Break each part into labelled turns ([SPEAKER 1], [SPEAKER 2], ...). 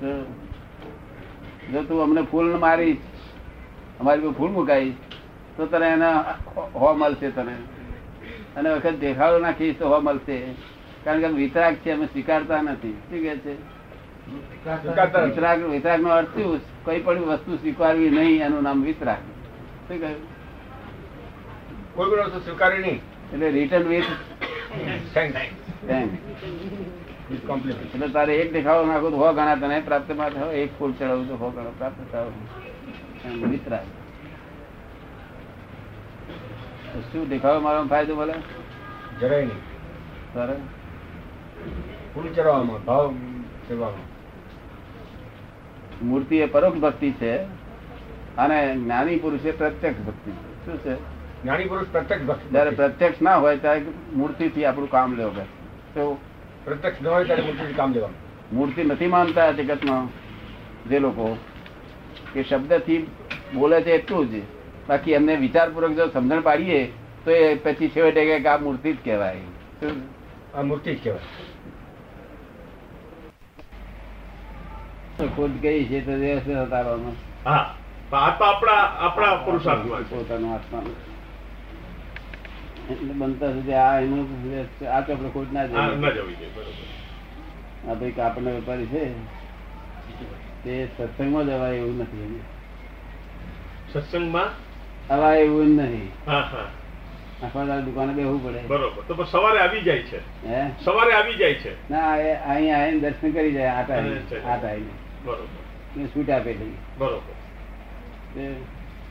[SPEAKER 1] તો જો તું અમને ફૂલ મારીશ અમારી પર ફૂલ મુકાઈશ તો તને એના હો મળશે તને અને વખત દેખાડો નાખીશ તો હો મળશે કારણ કે વિતરાગ છે અમે સ્વીકારતા નથી શું કે છે
[SPEAKER 2] સ્વીકારતા નથી.
[SPEAKER 1] વિતરાગ વિતરાગ નો અર્થ શું કોઈ પણ વસ્તુ સ્વીકારવી નહીં એનું નામ વિતરાગ શું કહ્યું
[SPEAKER 2] કોઈ પણ વસ્તુ સ્વીકારી નહીં
[SPEAKER 1] એટલે રિટર્ન વિથ
[SPEAKER 2] થેન્ક્સ કોમ્પ્લિમેન્ટ
[SPEAKER 1] એટલે તારે એક દેખાડો નાખો તો હો ગણા તને પ્રાપ્ત માટે હો એક ફૂલ ચડાવું તો હો ગણા પ્રાપ્ત થાવ એમ વિતરાગ. તો શું દેખાડો મારો ફાયદો મળે
[SPEAKER 2] જરાય નહીં
[SPEAKER 1] તારે
[SPEAKER 2] ફૂલ ચડવામાં ભાવ ચડવામાં
[SPEAKER 1] મૂર્તિ એ પરોક્ષ ભક્તિ છે અને જ્ઞાની પુરુષ એ પ્રત્યક્ષ ભક્તિ છે શું છે
[SPEAKER 2] જ્ઞાની પુરુષ પ્રત્યક્ષ ભક્ત
[SPEAKER 1] જ્યારે પ્રત્યક્ષ ના હોય ત્યારે મૂર્તિથી આપણું કામ લેવું પડે તો
[SPEAKER 2] પ્રત્યક્ષ ન હોય ત્યારે મૂર્તિથી કામ લેવાનું
[SPEAKER 1] મૂર્તિ નથી માનતા જગતમાં જે લોકો કે શબ્દથી બોલે છે એટલું જ બાકી એમને વિચારપૂર્વક જો સમજણ પાડીએ તો એ પછી છેવટે કહે કે આ મૂર્તિ જ કહેવાય શું?
[SPEAKER 2] આ મૂર્તિ જ કહેવાય
[SPEAKER 1] તો ખુદ કઈ છે તો જે હશે તારામાં.
[SPEAKER 3] હા પણ આ તો આપણા આપણા પુરુષાર્થમાં છે.
[SPEAKER 1] પોતાનો આત્માનો. એટલે બનતા સુધી આ એનું આ તો આપણે ખોટ ના
[SPEAKER 3] આ ન
[SPEAKER 1] જોઈએ
[SPEAKER 3] જવી જોઈએ બરોબર
[SPEAKER 1] આ ભાઈ કાપડનો વેપારી છે તે સત્સંગમાં જવાય એવું નથી એને.
[SPEAKER 3] સત્સંગમાં
[SPEAKER 1] અવાય એવું નહીં
[SPEAKER 3] હા હા
[SPEAKER 1] આખા દાડો દુકાને બેહવું પડે
[SPEAKER 3] બરોબર તો પણ સવારે આવી જાય છે
[SPEAKER 1] હે
[SPEAKER 3] સવારે આવી જાય છે
[SPEAKER 1] ના એ અહીંયા આવીને દર્શન કરી જાય આટા
[SPEAKER 3] અચ્છા.
[SPEAKER 1] આવીને. આટા આવીને.
[SPEAKER 3] બરોબર
[SPEAKER 1] ને છૂટ આપેલી
[SPEAKER 3] બરોબર
[SPEAKER 1] તે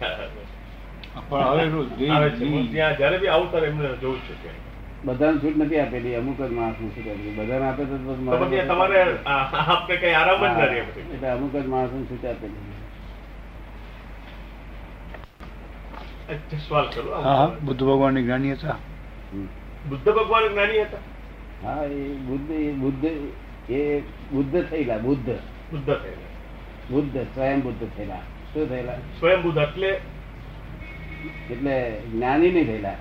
[SPEAKER 3] હા, હા.
[SPEAKER 2] પણ
[SPEAKER 3] આવે છે. હું ત્યાં જ્યારે બી આવું ત્યારે એમને જોઉં છું ત્યાં.
[SPEAKER 1] બધાને છૂટ નથી આપેલી અમુક જ માણસને છૂટ આપેલી બધાને આપે તો તો
[SPEAKER 3] તો
[SPEAKER 1] માણસ-
[SPEAKER 3] પછી તમારે આ- આપને કઈ આરામ જ ના રહે
[SPEAKER 1] હા,
[SPEAKER 3] પછી
[SPEAKER 1] એટલે અમુક જ માણસને છૂટ આપેલી
[SPEAKER 3] અચ્છા, સવાલ કરું આમ.
[SPEAKER 4] હા બુદ્ધ ભગવાનની જ્ઞાની હતા
[SPEAKER 1] હમ.
[SPEAKER 3] બુદ્ધ ભગવાન જ્ઞાની હતા
[SPEAKER 1] હા એ બુદ્ધ એ બુદ્ધ એ બુદ્ધ થયેલા બુદ્ધ
[SPEAKER 3] બુદ્ધ થયેલા
[SPEAKER 1] બુદ્ધ સ્વયં બુદ્ધ થયેલા શું થયેલા
[SPEAKER 3] સ્વયં બુદ્ધ એટલે
[SPEAKER 1] એટલે જ્ઞાની નહીં થયેલા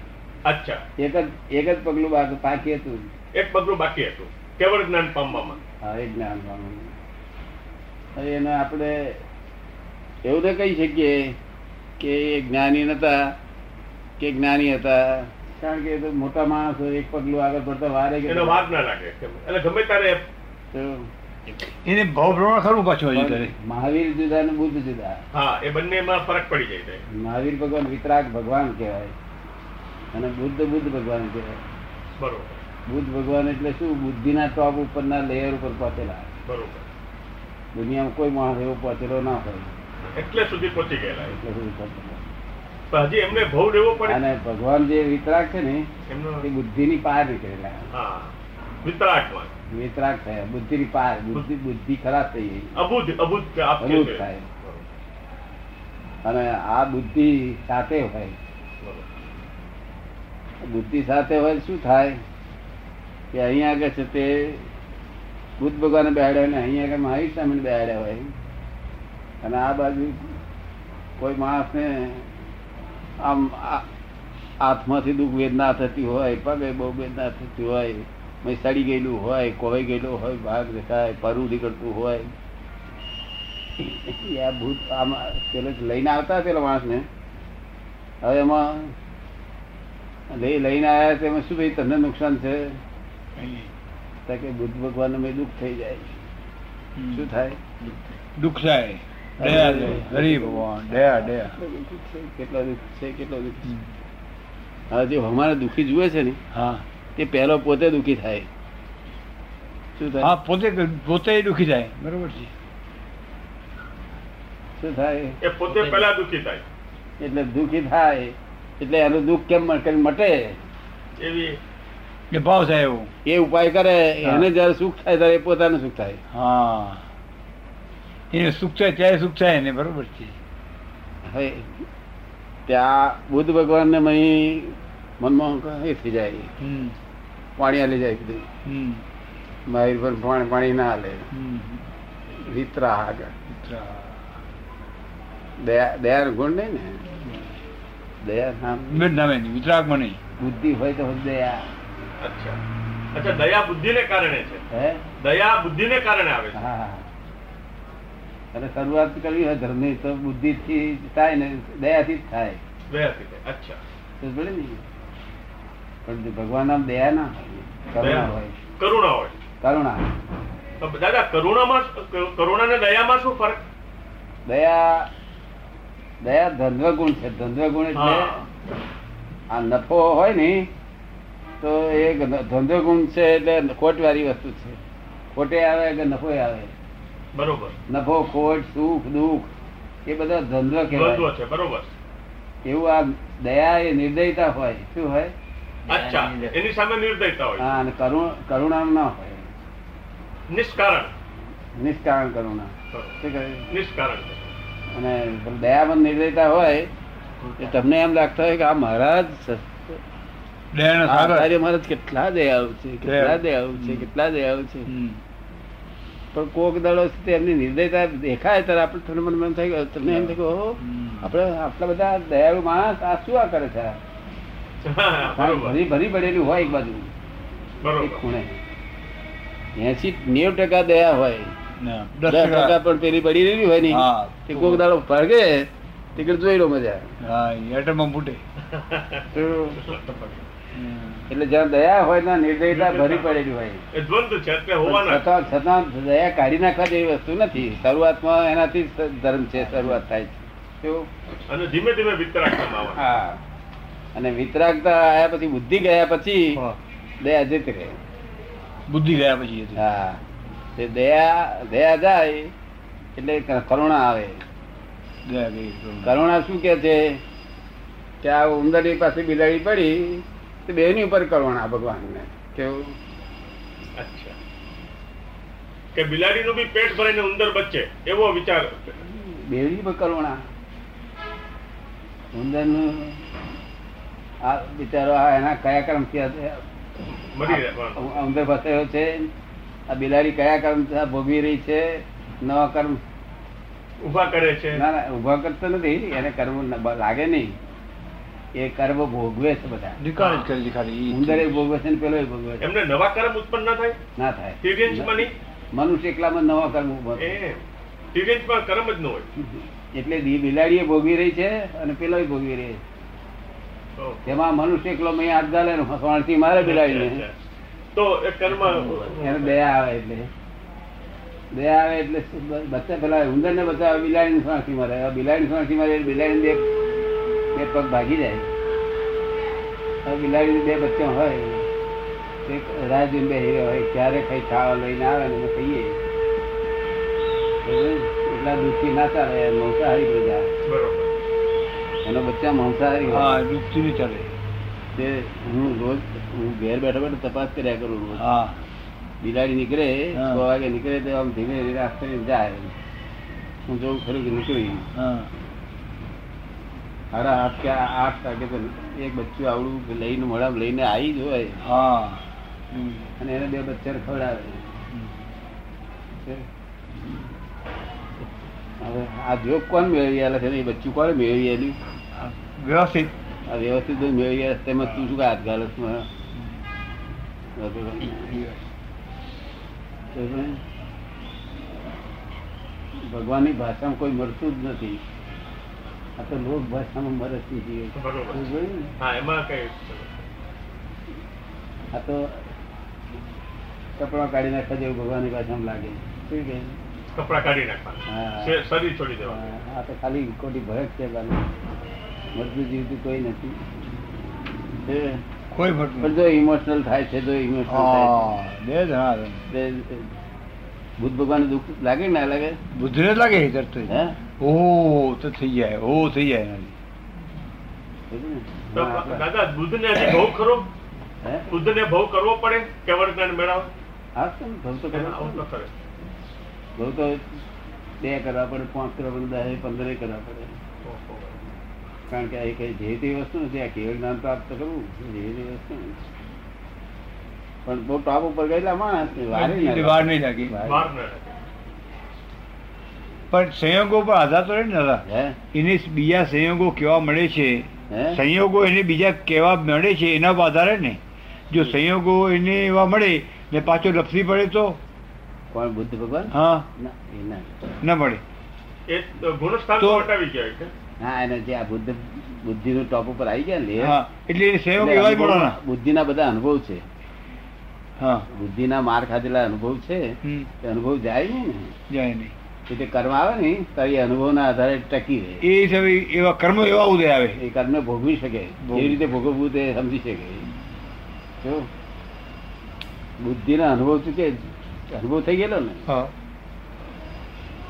[SPEAKER 3] અચ્છા
[SPEAKER 1] એક જ એક જ પગલું બાકી બાકી હતું
[SPEAKER 3] એક પગલું બાકી હતું કેવળ જ્ઞાન પામવામાં
[SPEAKER 1] હા એ જ્ઞાન પામવાનું. હવે એને આપણે એવું તો કહી શકીએ કે એ જ્ઞાની નતા કે જ્ઞાની હતા કારણ કે એ તો મોટા માણસ હોય, એક પગલું આગળ પડતા વારે કે
[SPEAKER 3] એનો વાર ના લાગે એટલે ગમે ત્યારે
[SPEAKER 1] તો
[SPEAKER 4] એને ભાવ પ્રમાણ ખરું પાછું હજી તારે
[SPEAKER 1] પણ મહાવીર જુદા ને બુદ્ધ જુદા
[SPEAKER 3] હા એ બંનેમાં ફરક પડી જાય છે
[SPEAKER 1] મહાવીર ભગવાન વિતરાગ ભગવાન કહેવાય અને બુદ્ધ બુદ્ધ ભગવાન કહેવાય
[SPEAKER 3] બરોબર
[SPEAKER 1] બુદ્ધ ભગવાન એટલે શું બુદ્ધિના ટોપ ઉપરના લેયર ઉપર પહોંચેલા
[SPEAKER 3] બરોબર
[SPEAKER 1] દુનિયામાં કોઈ માણસ એવો પહોંચેલો ના હોય
[SPEAKER 3] એટલે સુધી પહોંચી ગયેલા એ.
[SPEAKER 1] એટલે બધું પહોંચેલા.
[SPEAKER 3] પણ હજી એમને ભવ રહેવો પડે
[SPEAKER 1] અને ભગવાન જે વિતરાગ છે ને
[SPEAKER 3] એમનો
[SPEAKER 1] તે બુદ્ધિની પાર નીકળેલા
[SPEAKER 3] હા વિતરાગમાં
[SPEAKER 1] વિતરાગ થયા બુદ્ધિની પાર બુદ્ધિ બુદ્ધિ ખરાબ થઈ ગઈ
[SPEAKER 3] અબુદ્ધ અબુદ્ધ આપીએ
[SPEAKER 1] અબુદ્ધ
[SPEAKER 3] છીએ.
[SPEAKER 1] થાય.
[SPEAKER 3] બરોબર,
[SPEAKER 1] અને આ બુદ્ધિ સાથે હોય
[SPEAKER 3] બરોબર.
[SPEAKER 1] બુદ્ધિ સાથે હોય શું થાય કે અહીંયા આગળ છે તે બુદ્ધ ભગવાન બેહાડ્યા ને અહીંયા આગળ મહાવીર સ્વામીને બેહાડ્યા હોય અને આ બાજુ કોઈ માણસને આમ આ- હાથમાંથી દુઃખ વેદના થતી હોય પગે બહુ વેદના થતી હોય મય સડી ગયેલું હોય કોવાઈ ગયેલું હોય ભાગ દેખાય પરું નીકળતું હોય એ આ ભૂત આમાં પેલો લઈને આવતા પેલા માણસને હવે એમાં લઈ લઈને આવ્યા તેમાં શું ભાઈ તમને નુકસાન છે તો કે બુદ્ધ ભગવાનને મેં દુઃખ થઈ જાય શું થાય
[SPEAKER 4] દુઃખ થાય દયા દે હરી ભગવાન દયા દયા
[SPEAKER 1] કેટલો દુઃખ છે કેટલો દુઃખ છે હવે જે અમારે દુઃખી જુએ છે ને
[SPEAKER 4] હા
[SPEAKER 1] તે પહેલો પોતે દુઃખી થાય શું થાય
[SPEAKER 4] હા પોતે પોતે દુઃખી થાય બરોબર છે
[SPEAKER 1] શું થાય
[SPEAKER 3] એ પોતે પહેલા દુઃખી થાય
[SPEAKER 1] એટલે દુઃખી થાય એટલે એનું દુઃખ કેમ મ- કરી મટે
[SPEAKER 3] એવી
[SPEAKER 4] કે ભાવ થાય એવો
[SPEAKER 1] એ ઉપાય કરે
[SPEAKER 4] હા.
[SPEAKER 1] એને જ્યારે સુખ થાય ત્યારે એ પોતાનું સુખ થાય
[SPEAKER 4] હા એને સુખ થાય ત્યારે સુખ થાય એને બરોબર છે
[SPEAKER 1] હવે ત્યાં બુદ્ધ ભગવાનને મહી મનમાં એ થઈ જાય
[SPEAKER 4] હમ
[SPEAKER 1] પાણી હાલી જાય કીધું
[SPEAKER 4] હમ
[SPEAKER 1] મારી પર પાણી પાણી ના હાલે
[SPEAKER 4] હમ
[SPEAKER 1] રીતરા આગળ
[SPEAKER 4] ઉતરા.
[SPEAKER 1] દયા દયાનો ગુણ નહીં ને દયા નામ
[SPEAKER 4] ઉમેર નામે નહીં વિતરાગમાં નહીં
[SPEAKER 1] બુદ્ધિ હોય તો દયા
[SPEAKER 3] અચ્છા અચ્છા દયા બુદ્ધિને કારણે છે
[SPEAKER 1] હે
[SPEAKER 3] દયા બુદ્ધિને કારણે આવે છે
[SPEAKER 1] હા અને શરૂઆત કરવી હોય ધર્મની તો બુદ્ધિથી જ થાય ને દયાથી જ થાય
[SPEAKER 3] દયાથી થાય. અચ્છા
[SPEAKER 1] તો ભલે ને પણ ભગવાન નામ દયા ના હોય કરુણા
[SPEAKER 3] દયા.
[SPEAKER 1] હોય
[SPEAKER 3] કરુણા હોય
[SPEAKER 1] કરુણા
[SPEAKER 3] તો દાદા કરુણામાં શું- કરુણા અને દયામાં શું ફરક
[SPEAKER 1] દયા દયા ધંધ્વ ગુણ છે ધંધ્વ ગુણ એટલે
[SPEAKER 3] હા
[SPEAKER 1] આ નફો હોય ને તો એ ધંધો ગુણ છે એટલે ખોટવાળી વસ્તુ છે ખોટે આવે કે નફો આવે
[SPEAKER 3] બરોબર
[SPEAKER 1] નફો ખોટ સુખ દુઃખ એ બધા ધંધો કહેવાય
[SPEAKER 3] દ્વંદ્વ છે બરોબર
[SPEAKER 1] એવું આ દયા એ નિર્દયતા હોય શું હોય
[SPEAKER 3] અચ્છા એની સામે નિર્દયતા હોય
[SPEAKER 1] હા અને કરુણ કરુણા ના હોય
[SPEAKER 3] નિષ્કારણ
[SPEAKER 1] નિષ્કારણ કરુણા
[SPEAKER 3] બરોબર.
[SPEAKER 1] શું કહે
[SPEAKER 3] નિષ્કારણ
[SPEAKER 1] અને દયામાં નિર્દયતા હોય એ તમને એમ લાગતા હોય કે આ મહારાજ
[SPEAKER 4] દયાનો સાગર.
[SPEAKER 1] આચાર્ય મહારાજ કેટલા દયાળુ છે કેટલા
[SPEAKER 4] દયાળુ.
[SPEAKER 1] દયાળુ છે
[SPEAKER 4] હમ.
[SPEAKER 1] કેટલા દયાળુ છે
[SPEAKER 4] હમ.
[SPEAKER 1] પણ કોક દાડો છે તે એમની નિર્દયતા દેખાય ત્યારે આપણે થોડું મન મન થાય કે તમને એમ થાય કે ઓહો
[SPEAKER 4] હમ.
[SPEAKER 1] આપણે આટલા બધા દયાળુ માણસ આ શું આ કરે છે આ?
[SPEAKER 3] હા, બરોબર
[SPEAKER 1] ભરી ભરી પડેલું હોય એક બાજુ એક
[SPEAKER 3] બરોબર
[SPEAKER 1] ખૂણે એસી નેવ ટકા દયા હોય
[SPEAKER 4] ના.
[SPEAKER 1] દસ ટકા પણ પેલી પડી રહેલી હોય ને
[SPEAKER 4] હા.
[SPEAKER 1] તે કોક દાડો ફરગે તે કીધું જોઈ લો મજા
[SPEAKER 4] હા, એ આટમાં ફૂટે.
[SPEAKER 1] તો એટલે જ્યાં દયા હોય ત્યાં નિર્દયતા ભરી પડેલી હોય
[SPEAKER 3] એ દ્વંદ છે એટલે
[SPEAKER 1] પણ
[SPEAKER 3] હોવાના
[SPEAKER 1] છતાં છતાં દયા કાઢી નાખવા જેવી વસ્તુ નથી શરૂઆતમાં એનાથી જ ધર્મ છે શરૂઆત થાય છે તો
[SPEAKER 3] અને ધીમે ધીમે વિતરાગતામાં આવવાના
[SPEAKER 1] હા અને વિતરાગતા આયા પછી બુદ્ધિ ગયા પછી
[SPEAKER 4] હા.
[SPEAKER 1] દયા જીત ગઈ
[SPEAKER 4] બુદ્ધિ ગયા પછી એ તો.
[SPEAKER 1] હા તે દયા દયા જાય એટલે ક- કરુણા આવે
[SPEAKER 4] ગયા ગઈ કરુણા.
[SPEAKER 1] કરુણા શું કે છે કે આ ઉંદરની પાસે બિલાડી પડી તો બેની ઉપર કરુણા ભગવાનને કેવું
[SPEAKER 3] અચ્છા કે બિલાડીનું બી પેટ ભરાઈને ઉંદર બચે એવો વિચાર
[SPEAKER 1] બેવડી પર કરુણા ઉંદરનું આ બિચારો આ એના કયા કર્મથી આ-
[SPEAKER 3] મરી રહેવાનો
[SPEAKER 1] આ ઉંદર ફસાયો છે આ બિલાડી કયા કર્મ ભોગવી રહી છે નવા કર્મ
[SPEAKER 3] ઊભા કરે છે
[SPEAKER 1] ના ના ઉભા કરતો નથી એને કર્મ ન- બ- લાગે નહીં એ કર્મ ભોગવે છે બધા
[SPEAKER 4] નિકાલ જ કરી ખાલી.
[SPEAKER 1] ઉંદરે ભોગવે છે ને પેલો ભોગવે છે
[SPEAKER 3] એમને નવા કર્મ ઉત્પન્ન ના થાય
[SPEAKER 1] ના થાય
[SPEAKER 3] તિર્યંશમાં નહીં
[SPEAKER 1] મનુષ્ય એકલામાં નવા કર્મ ઉભા કરે.
[SPEAKER 3] એ તિર્યંશમાં કર્મ જ ન હોય
[SPEAKER 1] એટલે બિ- બિલાડીએ ભોગવી રહી છે અને પેલો ભોગવી રહી છે
[SPEAKER 3] ઓહો.
[SPEAKER 1] તેમાં મનુષ્ય એકલો મેં હાથ ગાલે ને ફણથી મારે બિલાડીને
[SPEAKER 3] અચ્છા. તો એ કર્મ
[SPEAKER 1] એને દયા આવે એટલે દયા આવે એટલે શું બ- બચ્ચા પેલા ઉંદર ને બચાવે બિલાડીને ફણથી મારે હવે બિલાડીને ફણથી મારે એટલે બિલાડીને બે બે પગ ભાગી જાય હવે બિલાડીને બે બચ્ચા હોય એક રાહ જોઈને બે હીરો હોય ક્યારે કઈ ખાવા લઈને આવે ને અમે ખાઈએ એટલા દૂધથી ના ચાલે મંસાહારી પ્રજા
[SPEAKER 3] બરોબર
[SPEAKER 1] એનો બચ્ચા માંસાહારી હોય.
[SPEAKER 4] હા ડૂબતી નહીં ચાલે
[SPEAKER 1] તે હું રોજ હું ઘેર બેઠા બેઠા તપાસ કર્યા કરું રોજ
[SPEAKER 4] હા
[SPEAKER 1] બિલાડી નીકળે
[SPEAKER 4] હા.
[SPEAKER 1] છ વાગે નીકળે તો આમ ધીમે ધીમે આસ્તે જાય હું જોઉં ખરું કે નીકળી
[SPEAKER 4] હા
[SPEAKER 1] હારા આઠ કે આઠ વાગે તો એક બચ્ચું આવડું લઈને મોડામાં લઈને આવી જ હોય
[SPEAKER 4] હા હમ.
[SPEAKER 1] અને એને બે બચ્ચાને ખવડાવે
[SPEAKER 4] હમ.
[SPEAKER 1] છે. હવે આ જોગ કોણ મેળવી આલે છે ને એ બચ્ચું કોણ મેળવી આલ્યું?
[SPEAKER 4] આ વ્યવસ્થિત
[SPEAKER 1] આ વ્યવસ્થિત બધું મેળવી આલે છે. તેમાં તું શું હાથ ગાલસ માં ભગવાનની ભાષામાં કોઈ મરતું જ નથી આ તો લોક ભાષામાં મરતી જીવે છે.
[SPEAKER 3] બરોબર.
[SPEAKER 1] ખબર પડી ને?
[SPEAKER 3] હા એમાં કઈ
[SPEAKER 1] આ તો કપડાં કાઢી નાખવા જેવું ભગવાનની ભાષામાં લાગે શું કહે?
[SPEAKER 3] કપડા કાઢી નાખવાના
[SPEAKER 1] હા.
[SPEAKER 3] શે- શરીર છોડી દેવાનું
[SPEAKER 1] આ તો ખાલી ખોટી ભરત છે બાકી મરતું જીવતું કોઈ નથી છે.
[SPEAKER 4] કોઈ ફરતું
[SPEAKER 1] પણ
[SPEAKER 4] નથી.
[SPEAKER 1] જો ઇમોશનલ થાય છે જો ઇમોશનલ થાય
[SPEAKER 4] હા બે જણા હતા.
[SPEAKER 1] છે તે બુદ્ધ ભગવાન દુઃખ લાગે કે ના લાગે
[SPEAKER 4] બુદ્ધિને જ લાગે છે તરત જ.
[SPEAKER 1] હે
[SPEAKER 4] ઓ તો થઈ જાય ઓ થઈ જાય એનાથી.
[SPEAKER 3] તો
[SPEAKER 1] હે?
[SPEAKER 3] દાદા દૂધને હજી બહુ ખરો દૂધને બહુ કરવો પડે કે વરદાન મેળવ
[SPEAKER 1] હા, કેમ? ભવ તો કરવા
[SPEAKER 3] આવું તો
[SPEAKER 1] પડે.
[SPEAKER 3] કરે
[SPEAKER 1] ભવ તો બે કરવા પડે પાંચ કરવા પડે દસ પંદરે કરવા પડે
[SPEAKER 3] ઓહો.
[SPEAKER 1] કારણ કે આ કઈ જે તે વસ્તુ નથી આ કેવળ જ્ઞાન પ્રાપ્ત કરવું જે તે વસ્તુ નથી. પણ બહુ ટોપ ઉપર ગયેલા માણસ ને વારે ના
[SPEAKER 4] એટલે
[SPEAKER 1] લાગે.
[SPEAKER 4] વાર નહીં લાગી
[SPEAKER 3] બહાર ન રાખે
[SPEAKER 4] પણ સંયોગો પર આધાર તો રહે ને દાદા
[SPEAKER 1] હે
[SPEAKER 4] એને બીજા સંયોગો કેવા મળે છે
[SPEAKER 1] હે
[SPEAKER 4] સંયોગો એને બીજા કેવા મળે છે એના પર આધારે ને જો સંયોગો એને એવા મળે ને પાછો લપસી પડે તો
[SPEAKER 1] કોણ બુદ્ધ ભગવાન
[SPEAKER 4] હા
[SPEAKER 1] ના એ ના
[SPEAKER 4] ન મળે
[SPEAKER 3] એ ગુણસ્થાન
[SPEAKER 4] તો-
[SPEAKER 3] તો હટાવી ગયા છે
[SPEAKER 1] હા એને જે આ બુદ્ધ બુદ્ધિનું ટોપ ઉપર આવી ગયા ને layer,
[SPEAKER 4] હા એટલે એની સેવક
[SPEAKER 1] એટલે
[SPEAKER 4] એવા
[SPEAKER 1] અનુભવ-
[SPEAKER 4] પડવાના
[SPEAKER 1] બુદ્ધિના બધા અનુભવ છે
[SPEAKER 4] હા
[SPEAKER 1] બુદ્ધિના માર ખાધેલા અનુભવ છે
[SPEAKER 4] હમ
[SPEAKER 1] તે અનુભવ જાય નહીં ને
[SPEAKER 4] જાય નહીં
[SPEAKER 1] એટલે કર્મ આવે ને તો એ અનુભવના આધારે ટકી રહે
[SPEAKER 4] એ હિસાબે એવા કર્મ એવા ઉદય આવે
[SPEAKER 1] એ કર્મને ભોગવી શકે
[SPEAKER 4] ભોગવી.
[SPEAKER 1] કેવી રીતે ભોગવવું તે સમજી શકે જો બુદ્ધિના અનુભવ ચૂકે અનુભવ થઈ ગયેલો ને
[SPEAKER 4] હા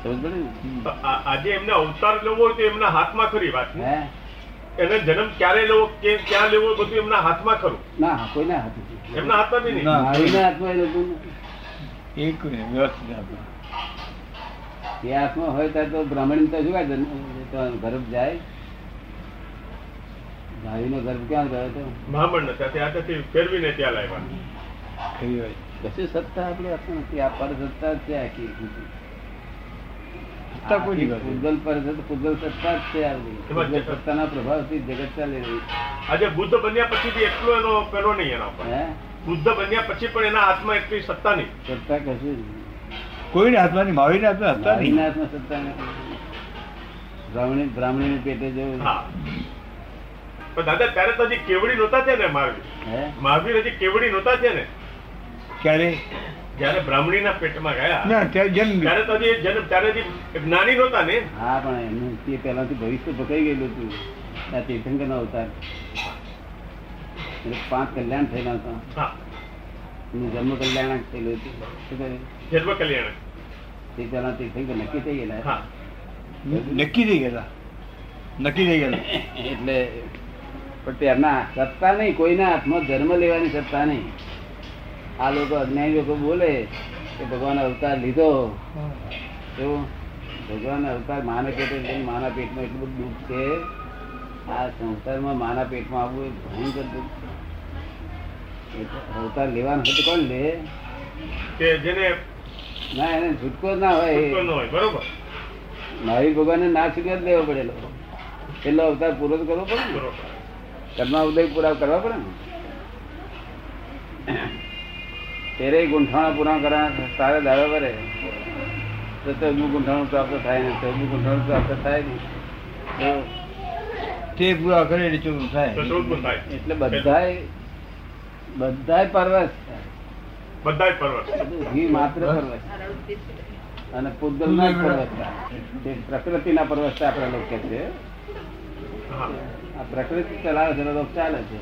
[SPEAKER 1] સમજ પડે ને
[SPEAKER 3] તો આ- આજે એમને અવતાર લેવો હોય તો એમના હાથમાં ખરી વાત ને?
[SPEAKER 1] હે
[SPEAKER 3] એને જન્મ ક્યારે લેવો કે ક્યાં લેવો એ બધું એમના હાથમાં ખરું
[SPEAKER 1] ના કોઈના હાથ નથી.
[SPEAKER 3] એમના હાથમાં બી નહીં
[SPEAKER 4] ના.
[SPEAKER 1] મારીના હાથમાં એ લોકોનું.
[SPEAKER 4] એ કોઈ નહીં, વ્યવસ્થિત આપણે.
[SPEAKER 1] એ હાથમાં હોય ત્યારે તો બ્રાહ્મણ તો શું કાંઈ જન્મ- એ તો ગર્ભ જાય ભાઈનો ગર્ભ ક્યાં ગયો તો
[SPEAKER 3] બ્રાહ્મણ ને ત્યાંથી આટલેથી ફેરવીને ત્યાં લાવ્યા
[SPEAKER 4] ખરી વાત
[SPEAKER 1] કશું સત્તા આપણે હાથમાં નથી આ પરસત્તા જ છે આખી
[SPEAKER 4] સત્તા કોઈ નહીં કરતી.
[SPEAKER 1] ભૂગોળ પરસત્તા- ભૂગોળ સત્તા જ છે આ બધી.
[SPEAKER 3] એમાં
[SPEAKER 1] ભૂગોળ
[SPEAKER 3] છે.
[SPEAKER 1] સત્તાના પ્રભાવથી જગત ચાલી રહ્યું
[SPEAKER 3] આજે બુદ્ધ બન્યા પછી બી એટલો એનો પેલો નહીં એના
[SPEAKER 1] છે.
[SPEAKER 3] પર
[SPEAKER 1] હે
[SPEAKER 3] બુદ્ધ બન્યા પછી પણ એના હાથમાં એટલી સત્તા નહીં
[SPEAKER 1] સત્તા કશું જ નહીં.
[SPEAKER 4] કોઈને હાથમાં નહીં માવીને હાથમાં હતા નહીં
[SPEAKER 1] નારીના હાથમાં સત્તા નથી. બ્રાહ્મણી બ્રાહ્મણીને પેટે જવું
[SPEAKER 3] હા પણ દાદા ત્યારે તો હજી કેવડી નહોતા છે ને મહાવીર
[SPEAKER 1] હે
[SPEAKER 3] મહાવીર હજી કેવડી નહોતા છે ને
[SPEAKER 4] ક્યારે
[SPEAKER 3] જ્યારે બ્રાહ્મણીના પેટમાં ગયા
[SPEAKER 4] ના ત્યારે જન્મ
[SPEAKER 3] ત્યારે તો હજી જન્મ ત્યારે હજી જ્ઞાની નહોતા ને
[SPEAKER 1] હા પણ એમનું તે પહેલાથી ભવિષ્ય ભકાઈ ગયેલું હતું આ તીર્થંકર નો અવતાર એટલે પાંચ કલ્યાણ થયેલા હતા
[SPEAKER 3] હા
[SPEAKER 1] એમનું જન્મ કલ્યાણ જ થયેલું હતું શું કરે
[SPEAKER 3] જન્મ કલ્યાણ
[SPEAKER 1] તે પહેલા તીર્થંકર નક્કી થઈ ગયેલા
[SPEAKER 3] હા
[SPEAKER 4] નક્કી થઈ ગયેલા નક્કી થઈ ગયેલા
[SPEAKER 1] એટલે પણ તેમના સત્તા નહીં કોઈના હાથમાં જન્મ લેવાની સત્તા નહીં આ લોકો અજ્ઞાની લોકો બોલે કે ભગવાન અવતાર લીધો એવું ભગવાન અવતાર માના પેટે જઈને માના પેટમાં એટલું બધું દુઃખ છે આ સંસારમાં માના પેટમાં આવવું એ ભયંકર દુઃખ છે. એટલે અવતાર લેવાનો હોય તો કોણ લે
[SPEAKER 3] કે જેને
[SPEAKER 1] ના એને છૂટકો જ ના
[SPEAKER 3] પુષ્કળ
[SPEAKER 1] હોય
[SPEAKER 3] ન હોય બરોબર
[SPEAKER 1] મહાવીર ભગવાનને ના છૂટકો જ લેવો પડેલો એટલો અવતાર પૂરો તો કરવો પડે ને
[SPEAKER 3] બરોબર
[SPEAKER 1] કર્મા ઉદય પૂરા કરવા પડે ને તેરે ગુંઠાણા પૂરા કરવા તારે દાવા કરે તો ચૌદમું ગુંઠાણું પ્રાપ્ત થાય ને ચૌદમું ગુંઠાણું પ્રાપ્ત થાય ને તો
[SPEAKER 4] તે પૂરા કરે એટલે ચોખ્ખું
[SPEAKER 3] તો
[SPEAKER 4] થાય
[SPEAKER 3] શ્રોતગુણ થાય
[SPEAKER 1] એટલે બધાય બધાય પરવશ
[SPEAKER 3] બધા જ પર્વત
[SPEAKER 1] ઘી માત્ર પરવશ અને પૂતગલના જ પરવશતા. તે પ્રકૃતિના પરવશતા આપણા લોકો કે છે
[SPEAKER 3] હા
[SPEAKER 1] આ પ્રકૃતિ ચલાવે છે લોકો ચાલે છે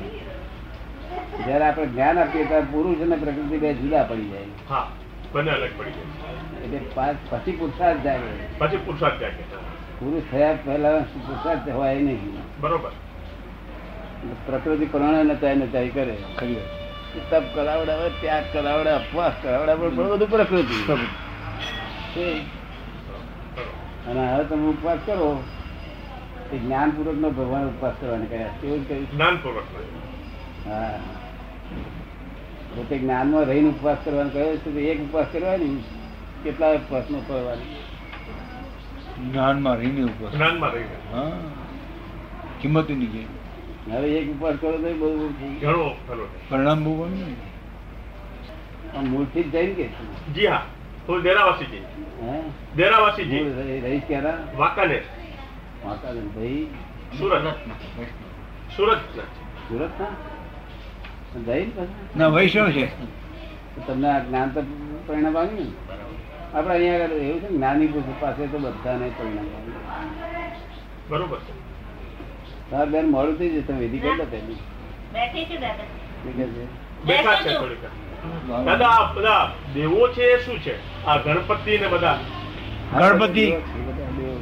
[SPEAKER 1] જ્યારે આપણે જ્ઞાન આપીએ ત્યારે પુરુષ અને પ્રકૃતિ બે જુદા પડી જાય
[SPEAKER 3] હા બંને અલગ પડી જાય
[SPEAKER 1] એટલે પાછ- પછી પુરુષાર્થ જાગે
[SPEAKER 3] પછી પુરુષાર્થ જાય છે.
[SPEAKER 1] પુરુષ થયા પહેલા પુરુષાર્થ હોય નહીં
[SPEAKER 3] બરોબર
[SPEAKER 1] પ્રકૃતિ પ્રણય નચાય નચાય કરે
[SPEAKER 4] ખરી વાત
[SPEAKER 1] તપ કરાવડાવે ત્યાગ કરાવડે અપવાસ કરાવડાવે પણ બધું પ્રકૃતિ
[SPEAKER 4] બરાબર.
[SPEAKER 1] છે.
[SPEAKER 3] બરોબર
[SPEAKER 1] અને હવે તમે ઉપવાસ કરો એ જ્ઞાનપૂર્વક નો ભગવાન ઉપવાસ કરવાને કહ્યા કેવું કહ્યું
[SPEAKER 3] જ્ઞાનપૂર્વક
[SPEAKER 1] હા પોતે જ્ઞાનમાં રહીને ઉપવાસ કરવાનું કહ્યું છે તો એક ઉપવાસ કરવાની કેટલા ઉપવાસનો કરવાની
[SPEAKER 4] જ્ઞાનમાં રહીને ઉપર
[SPEAKER 3] જ્ઞાનમાં રહીને
[SPEAKER 4] હા કિંમત નહીં કે
[SPEAKER 1] હવે એક ઉપવાસ કરો તો બહુ બહુ થઈ ગયું.
[SPEAKER 3] ઘણો ફેલો છે.
[SPEAKER 4] પરિણામ બહુ બને ને.
[SPEAKER 1] પણ મૂળથી જ જઈને કે છે.
[SPEAKER 3] જી હા હું દેરાવાસી જી
[SPEAKER 1] હે
[SPEAKER 3] દેરાવાસી જી
[SPEAKER 1] મૂળ રહી- રહીશ ક્યારા
[SPEAKER 3] વાંકાનેર
[SPEAKER 1] માતાજી ભાઈ
[SPEAKER 3] સુરત સુરત
[SPEAKER 1] સુરત ના જઈને પછી
[SPEAKER 4] ના વૈષ્ણવ છે
[SPEAKER 1] તો તમને આ જ્ઞાન તો પરિણામ આવ્યું ને આપણે અહીંયા આગળ એવું છે ને, જ્ઞાની પુરુષ પાસે તો બધાને પરિણામ આવ્યું
[SPEAKER 3] બરોબર છે
[SPEAKER 1] તાર બેન મોડું થઈ જશે વિધિ કરી લો પહેલી.
[SPEAKER 5] બેઠી છું દાદા
[SPEAKER 1] ઠીક છે
[SPEAKER 3] બેઠા છે થોડીક દાદા આ બધા દેવો છે એ શું છે આ ગણપતિ ને બધા
[SPEAKER 4] ગણપતિ.
[SPEAKER 1] બધા દેવો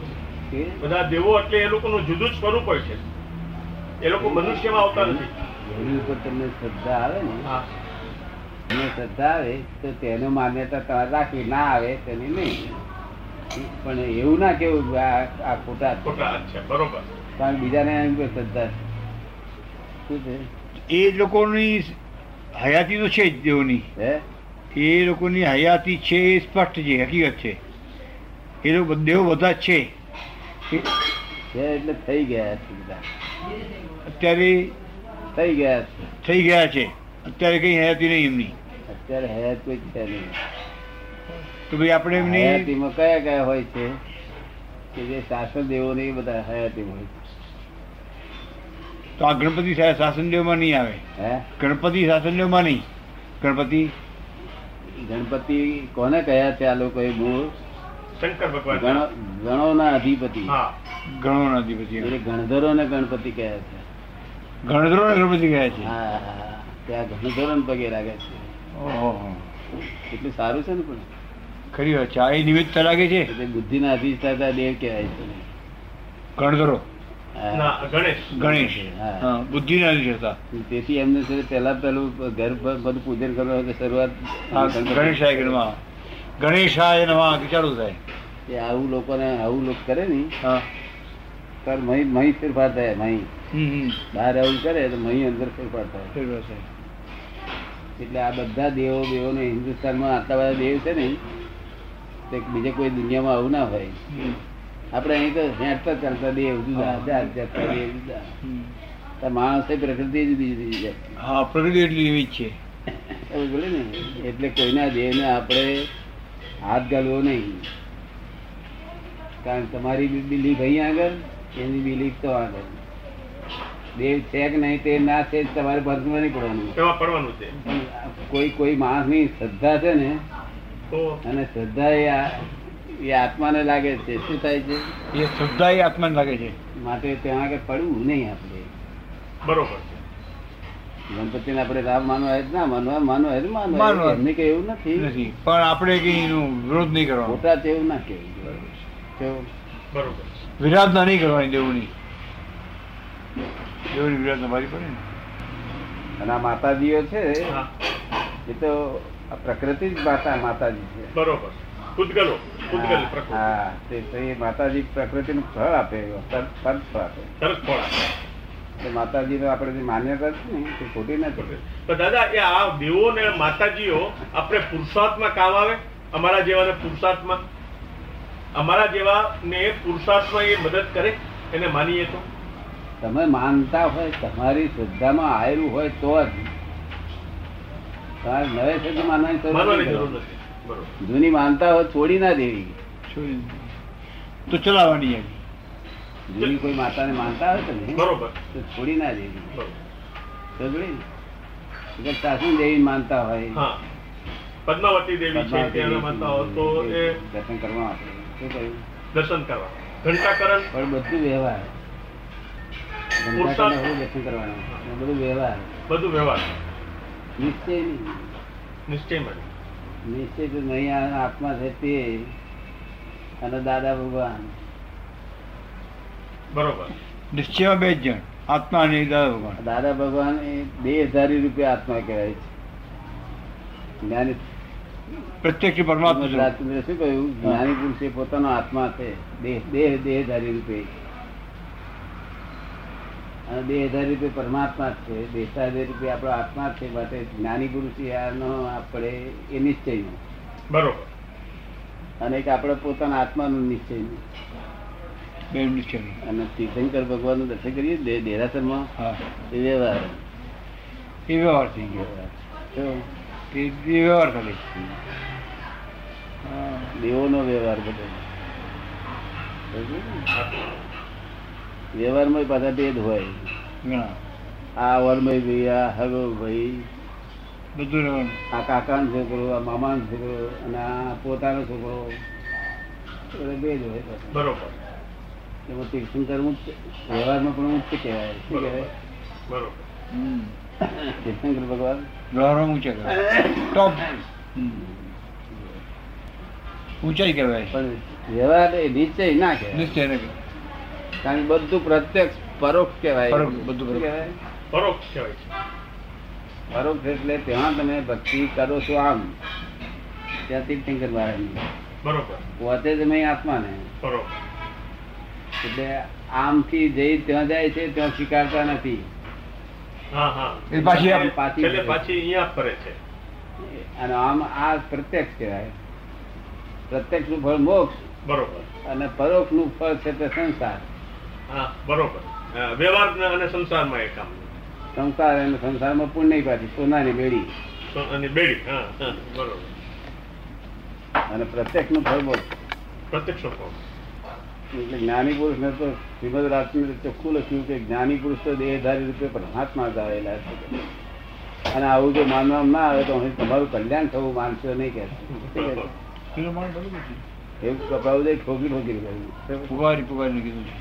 [SPEAKER 1] છે.
[SPEAKER 3] બધા દેવો એટલે એ લોકોનું જુદું જ સ્વરૂપ હોય છે એ લોકો મનુષ્યમાં આવતા નથી
[SPEAKER 1] એની ઉપર તમને શ્રદ્ધા આવે ને
[SPEAKER 3] હા
[SPEAKER 1] તમને શ્રદ્ધા આવે તો તેનો માન્યતા તમારે રાખવી ના આવે તેની નહીં પણ એવું ના કેવું કે આ આ ખોટા છે.
[SPEAKER 3] ખોટા અચ્છા બરોબર
[SPEAKER 1] કારણ કે બીજાને એમ કે શ્રદ્ધા છે. શું છે
[SPEAKER 4] એ લોકોની હયાતી તો છે જ દેવની
[SPEAKER 1] હે
[SPEAKER 4] એ લોકોની હયાતી છે એ સ્પષ્ટ છે હકીકત છે એ લોકો દેવ બધા જ છે એ
[SPEAKER 1] છે એટલે થઈ ગયા છે બધા
[SPEAKER 4] અત્યારે
[SPEAKER 1] થઈ ગયા છે
[SPEAKER 4] થઈ ગયા છે અત્યારે કઈ હયાતી નહીં એમની
[SPEAKER 1] અત્યારે હયાત કોઈ છે નહીં
[SPEAKER 4] તો ભાઈ આપણે એમની
[SPEAKER 1] હયાતીમાં કયા કયા હોય છે કે જે શાશ્વત દેવો ને એ બધા હયાતી હોય
[SPEAKER 4] તો આ ગણપતિ સા- શાસનદેવમાં નહીં આવે
[SPEAKER 1] હે
[SPEAKER 4] ગણપતિ શાસનદેવમાં નહીં ગણપતિ
[SPEAKER 1] ગણપતિ કોને કહ્યા છે આ લોકોએ મૂળ
[SPEAKER 3] શંકર ભગવાન
[SPEAKER 1] ગણો ગણોના અધિપતિ
[SPEAKER 3] હા
[SPEAKER 4] ગણોના અધિપતિ
[SPEAKER 1] એટલે ગણધરોને ગણપતિ કહ્યા છે
[SPEAKER 4] ગણધરોને ગણપતિ કહે છે
[SPEAKER 1] હા ત્યાં ગણધરોને પગે લાગે છે
[SPEAKER 4] ઓહો
[SPEAKER 1] એટલું સારું છે ને પણ
[SPEAKER 4] ખરી વાત છે આ એ નિમિત્ત લાગે છે
[SPEAKER 1] એટલે બુદ્ધિના અધિષ્ઠાતા દેવ કહેવાય છે
[SPEAKER 4] ગણધરો
[SPEAKER 1] હા.
[SPEAKER 3] ના ગણેશ
[SPEAKER 4] ગણેશ
[SPEAKER 1] હા.
[SPEAKER 4] હા બુદ્ધિ નથી જતા
[SPEAKER 1] તેથી એમને છે પહેલા પહેલું ઘર પર બધું પૂજન કરવાનું શરૂઆત
[SPEAKER 4] ગણેશાય ગણવા ગણેશાય નવા ચાલુ થાય
[SPEAKER 1] એ આવું લોકોને આવું લોકો કરે ને
[SPEAKER 4] હા
[SPEAKER 1] તાર મહી મહી ફેરફાર થાય મહી
[SPEAKER 4] હમ હમ
[SPEAKER 1] બહાર આવું કરે તો મહી અંદર ફેરફાર થાય
[SPEAKER 4] ખરી વાત છે.
[SPEAKER 1] એટલે આ બધા દેવો બેવોને હિન્દુસ્તાનમાં આટલા બધા દેવ છે ને તે બીજે કોઈ દુનિયામાં આવું ના હોય
[SPEAKER 4] હમ,
[SPEAKER 1] આપણે અહીં તો હેંટતા ચાલતા દેવ જુદા જાત જાતના દેવ જુદા
[SPEAKER 4] હમ.
[SPEAKER 1] તાર માણસ એ પ્રકૃતિ જુદી જુદી છે
[SPEAKER 4] હા પ્રગતિ એટલી એવી જ છે
[SPEAKER 1] એવું બોલે ને એટલે કોઈના દેહને આપણે હાથ ગાલવો નહીં કારણ કે તમારી બી બિલીફ અહીં આગળ એની બિલીફ તો આગળ દેવ છે કે નહીં તે ના છે તે તમારે ભરતમાં નહીં પડવાનું
[SPEAKER 3] એમાં પડવાનું છે
[SPEAKER 1] પણ આ કોઈ કોઈ માણસની શ્રદ્ધા છે ને
[SPEAKER 3] તો
[SPEAKER 1] અને શ્રદ્ધા એ આ એ આત્માને લાગે છે શું થાય છે
[SPEAKER 4] એ શ્રદ્ધા એ આત્માને લાગે છે
[SPEAKER 1] માટે ત્યાં આગળ પડવું નહીં આપણે
[SPEAKER 3] બરોબર છે
[SPEAKER 1] ગણપતિને આપણે રામ માનવા હોય તો ના માનવા માનવા હોય તો
[SPEAKER 4] માનવા.
[SPEAKER 1] માનવા એમને કે એવું નથી
[SPEAKER 4] નથી પણ આપણે કઈ એનો વિરોધ નહીં કરવાનો
[SPEAKER 1] મોટા છે એવું ના કેવું કેવું
[SPEAKER 3] બરોબર
[SPEAKER 4] વિરાધના નહીં કરવાની દેવની દેવની વિરાધના મારી પડે ને
[SPEAKER 1] અને આ માતાજીઓ છે
[SPEAKER 3] છે હા
[SPEAKER 1] એ તો આ પ્રકૃતિ જ માતા માતાજી છે
[SPEAKER 3] બરોબર પૂતગલો પૂતગલ
[SPEAKER 1] હા,
[SPEAKER 3] પ્રકૃતિ
[SPEAKER 1] હા તે તો એ માતાજી પ્રકૃતિનું ફળ આપે એવો, તર- તરત ફળ આપે
[SPEAKER 3] સરસ ખોરાક
[SPEAKER 1] તો માતાજીનો આપણે જે માન્યતા છે ને તે ખોટી નથી
[SPEAKER 3] તો દાદા એ આ દેવો ને માતાજીઓ આપણે પુરુષાર્થમાં કામ આવે અમારા જેવાને પુરુષાર્થમાં અમારા જેવા ને પુરુષાર્થમાં એ મદદ કરે એને માનીએ તો
[SPEAKER 1] તમે માનતા હોય તમારી શ્રદ્ધામાં આવેલું હોય તો જ તમારે નવેસરથી માનવાની જરૂર નહીં કરવાની.
[SPEAKER 3] માનવાની જરૂર નથી બરોબર
[SPEAKER 1] જૂની માનતા હોય છોડી ના દેવી
[SPEAKER 4] શું? તો ચલાવવાની એમ
[SPEAKER 1] જૂની કોઈ માતાને માનતા હોય તમે
[SPEAKER 3] બરોબર
[SPEAKER 1] તો છોડી ના દેવી
[SPEAKER 3] બરોબર
[SPEAKER 1] સમજણી? અગર સાસુ દેવી માનતા હોય
[SPEAKER 3] હા પદ્માવતી દેવી છે
[SPEAKER 1] પદ્માવતી
[SPEAKER 3] ત્યાં માનતા હો તો એ
[SPEAKER 1] દર્શન કરવા માટે શું કહ્યું
[SPEAKER 3] દર્શન કરવા ઘંટાકરણ
[SPEAKER 1] પણ બધું વ્યવહાર
[SPEAKER 3] પુરુષાર્થ.
[SPEAKER 1] ઘંટાકરણને હું દર્શન કરવાનું અને બધું વ્યવહાર
[SPEAKER 3] બધું વ્યવહાર
[SPEAKER 1] નિશ્ચય નહીં.
[SPEAKER 3] નિશ્ચય માની
[SPEAKER 1] નિશ્ચય તો નહીં આ આત્મા છે તે અને દાદા ભગવાન
[SPEAKER 3] બરોબર
[SPEAKER 4] નિશ્ચયમાં બે જ જણ આત્મા અને દાદા ભગવાન
[SPEAKER 1] દાદા ભગવાન એ દેહધારી રૂપે આત્મા કહેવાય છે જ્ઞાની
[SPEAKER 4] પ્રત્યક્ષ પરમાત્મા સ્વરૂપ.
[SPEAKER 1] રાજચંદ્ર શું કહ્યું જ્ઞાની પુરુષ એ પોતાનો આત્મા છે દેહ દેહ દેહધારી રૂપે અને દેહધારી રૂપે પરમાત્મા જ છે દેહધારી રૂપે આપણો આત્મા જ છે માટે જ્ઞાની પુરુષ એ આનો આપણે એ નિશ્ચયનો
[SPEAKER 3] બરોબર
[SPEAKER 1] અને એક આપણો પોતાનો આત્માનો નિશ્ચયનો
[SPEAKER 4] બે નિશ્ચયની.
[SPEAKER 1] અને તીર્થંકર ભગવાનનું દર્શન કરીએ દે- દેરાસરમાં
[SPEAKER 4] હા
[SPEAKER 1] એ વ્યવહાર
[SPEAKER 4] એ વ્યવહાર થઈ ગયો
[SPEAKER 1] વ્યવહાર. તો
[SPEAKER 4] એ એ વ્યવહાર ખાલી હા.
[SPEAKER 1] દેવોનો વ્યવહાર બધો સમજ્યો ને? વ્યવહારમાં પાછા ભેદ હોય
[SPEAKER 4] ઘણા
[SPEAKER 1] આ વરમય ભાઈ આ હગો ભાઈ
[SPEAKER 4] બધું રહેવાનું
[SPEAKER 1] આ કાકાનો છોકરો આ મામાનો છોકરો અને આ પોતાનો છોકરો એટલે ભેદ હોય પાછો.
[SPEAKER 3] બરોબર
[SPEAKER 1] એમાં તીર્થંકર ઉચ્ચ વ્યવહારમાં પણ ઉચ્ચ કહેવાય શું
[SPEAKER 3] બરોબર
[SPEAKER 1] કહેવાય
[SPEAKER 3] બરોબર
[SPEAKER 4] હમ.
[SPEAKER 1] તીર્થંકર ભગવાન
[SPEAKER 4] વ્યવહારમાં ઊંચા કહેવાય ટોપ હમ. ઊંચાઈ કહેવાય
[SPEAKER 1] પણ વ્યવહાર એ નીચે ના કહેવાય
[SPEAKER 4] નિશ્ચય ને કહેવાય.
[SPEAKER 1] કારણ કે બધું પ્રત્યક્ષ પરોક્ષ કહેવાય
[SPEAKER 4] પરોક્ષ, બધું
[SPEAKER 1] શું
[SPEAKER 4] પરોક્ષ.
[SPEAKER 1] કહેવાય?
[SPEAKER 3] પરોક્ષ કહેવાય છે
[SPEAKER 1] પરોક્ષ એટલે ત્યાં તમે ભક્તિ કરો છો આમ ત્યાં તીર્થંકર મહારાજની.
[SPEAKER 3] બરોબર
[SPEAKER 1] પોતે જ નહીં આત્માને
[SPEAKER 3] બરોબર
[SPEAKER 1] એટલે આમથી જઈ ત્યાં જાય છે ત્યાં સ્વીકારતા નથી
[SPEAKER 3] હા હા
[SPEAKER 4] એ પાછી
[SPEAKER 1] આમ
[SPEAKER 4] આપ-
[SPEAKER 1] પાછી
[SPEAKER 3] છેલ્લે પાછી અહીંયા ફરે છે
[SPEAKER 1] અને આમ આ પ્રત્યક્ષ કહેવાય પ્રત્યક્ષનું ફળ મોક્ષ
[SPEAKER 3] બરોબર
[SPEAKER 1] અને પરોક્ષનું ફળ છે તે સંસાર
[SPEAKER 3] હા બરોબર હા, વ્યવહાર અને સંસારમાં એ કામ
[SPEAKER 1] સંસાર અને સંસારમાં પુણ્ય પાછી સોનાની બેડી
[SPEAKER 3] તો- અને બેડી હા હા બરોબર
[SPEAKER 1] અને પ્રત્યક્ષનું ફળ મોક્ષ
[SPEAKER 3] પ્રત્યક્ષ ભાવ.
[SPEAKER 1] એટલે જ્ઞાની પુરુષને તો શ્રીમદ રાજચંદ્ર ચોખ્ખું લખ્યું કે જ્ઞાની પુરુષ તો દેહધારી રૂપે પરમાત્મા જ આવેલા છે અને આવું જો માનવામાં ના આવે તો અહીં તમારું કલ્યાણ થવું માનશો નહીં કે એવું કપાવું ઠોકી ઠોકી કહ્યું
[SPEAKER 4] પુકારી પુકારીને કીધું છે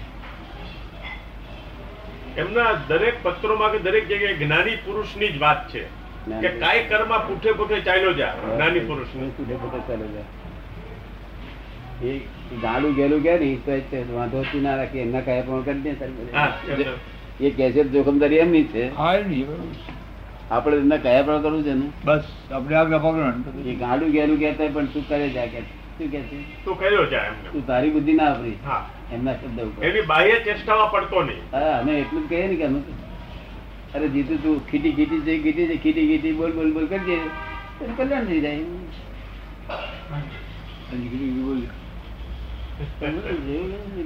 [SPEAKER 3] એમના દરેક પત્રોમાં કે દરેક જગ્યાએ જ્ઞાની પુરુષની જ વાત છે કે
[SPEAKER 1] જ્ઞાની.
[SPEAKER 3] કાય કર્મમાં પૂઠે પૂઠે ચાલ્યો જા જ્ઞાની પુરુષ
[SPEAKER 1] પૂઠે પૂઠે ચાલ્યો જાય. એ ગાડું ગેલું કે ને, તો એ તે વાંધો જ ના રાખીએ. એમના કાયા પ્રમાણે કરી દે સારી
[SPEAKER 3] હા
[SPEAKER 1] બધી. એ કહે છે જોખમદારી એમની છે
[SPEAKER 4] હા એ નહીં, બરાબર છે.
[SPEAKER 1] આપણે એમના કયા પ્રમાણે કરવું છે ને
[SPEAKER 4] બસ આપણે આગળ પકડવાનું
[SPEAKER 1] એ ગાડું ગેલું કહેતા હોય પણ તું કરે જા કે શું કે છે
[SPEAKER 3] તો કર્યો જા એમને
[SPEAKER 1] તું તારી બુદ્ધિ ના વાપરી
[SPEAKER 3] હા
[SPEAKER 1] એમના શબ્દ ઉપર
[SPEAKER 3] એની બાહ્ય ચેષ્ટામાં પડતો નહીં
[SPEAKER 1] હા અમે એટલું જ કહીએ ને કે અમે તો- અરે જીતું તું ખીટી ખીટી છે ખીટી છે ખીટી ખીટી બોલ બોલ બોલ કરજે તારું કલ્યાણ થઈ જાય
[SPEAKER 4] હજી કીધું એ બોલ્યો.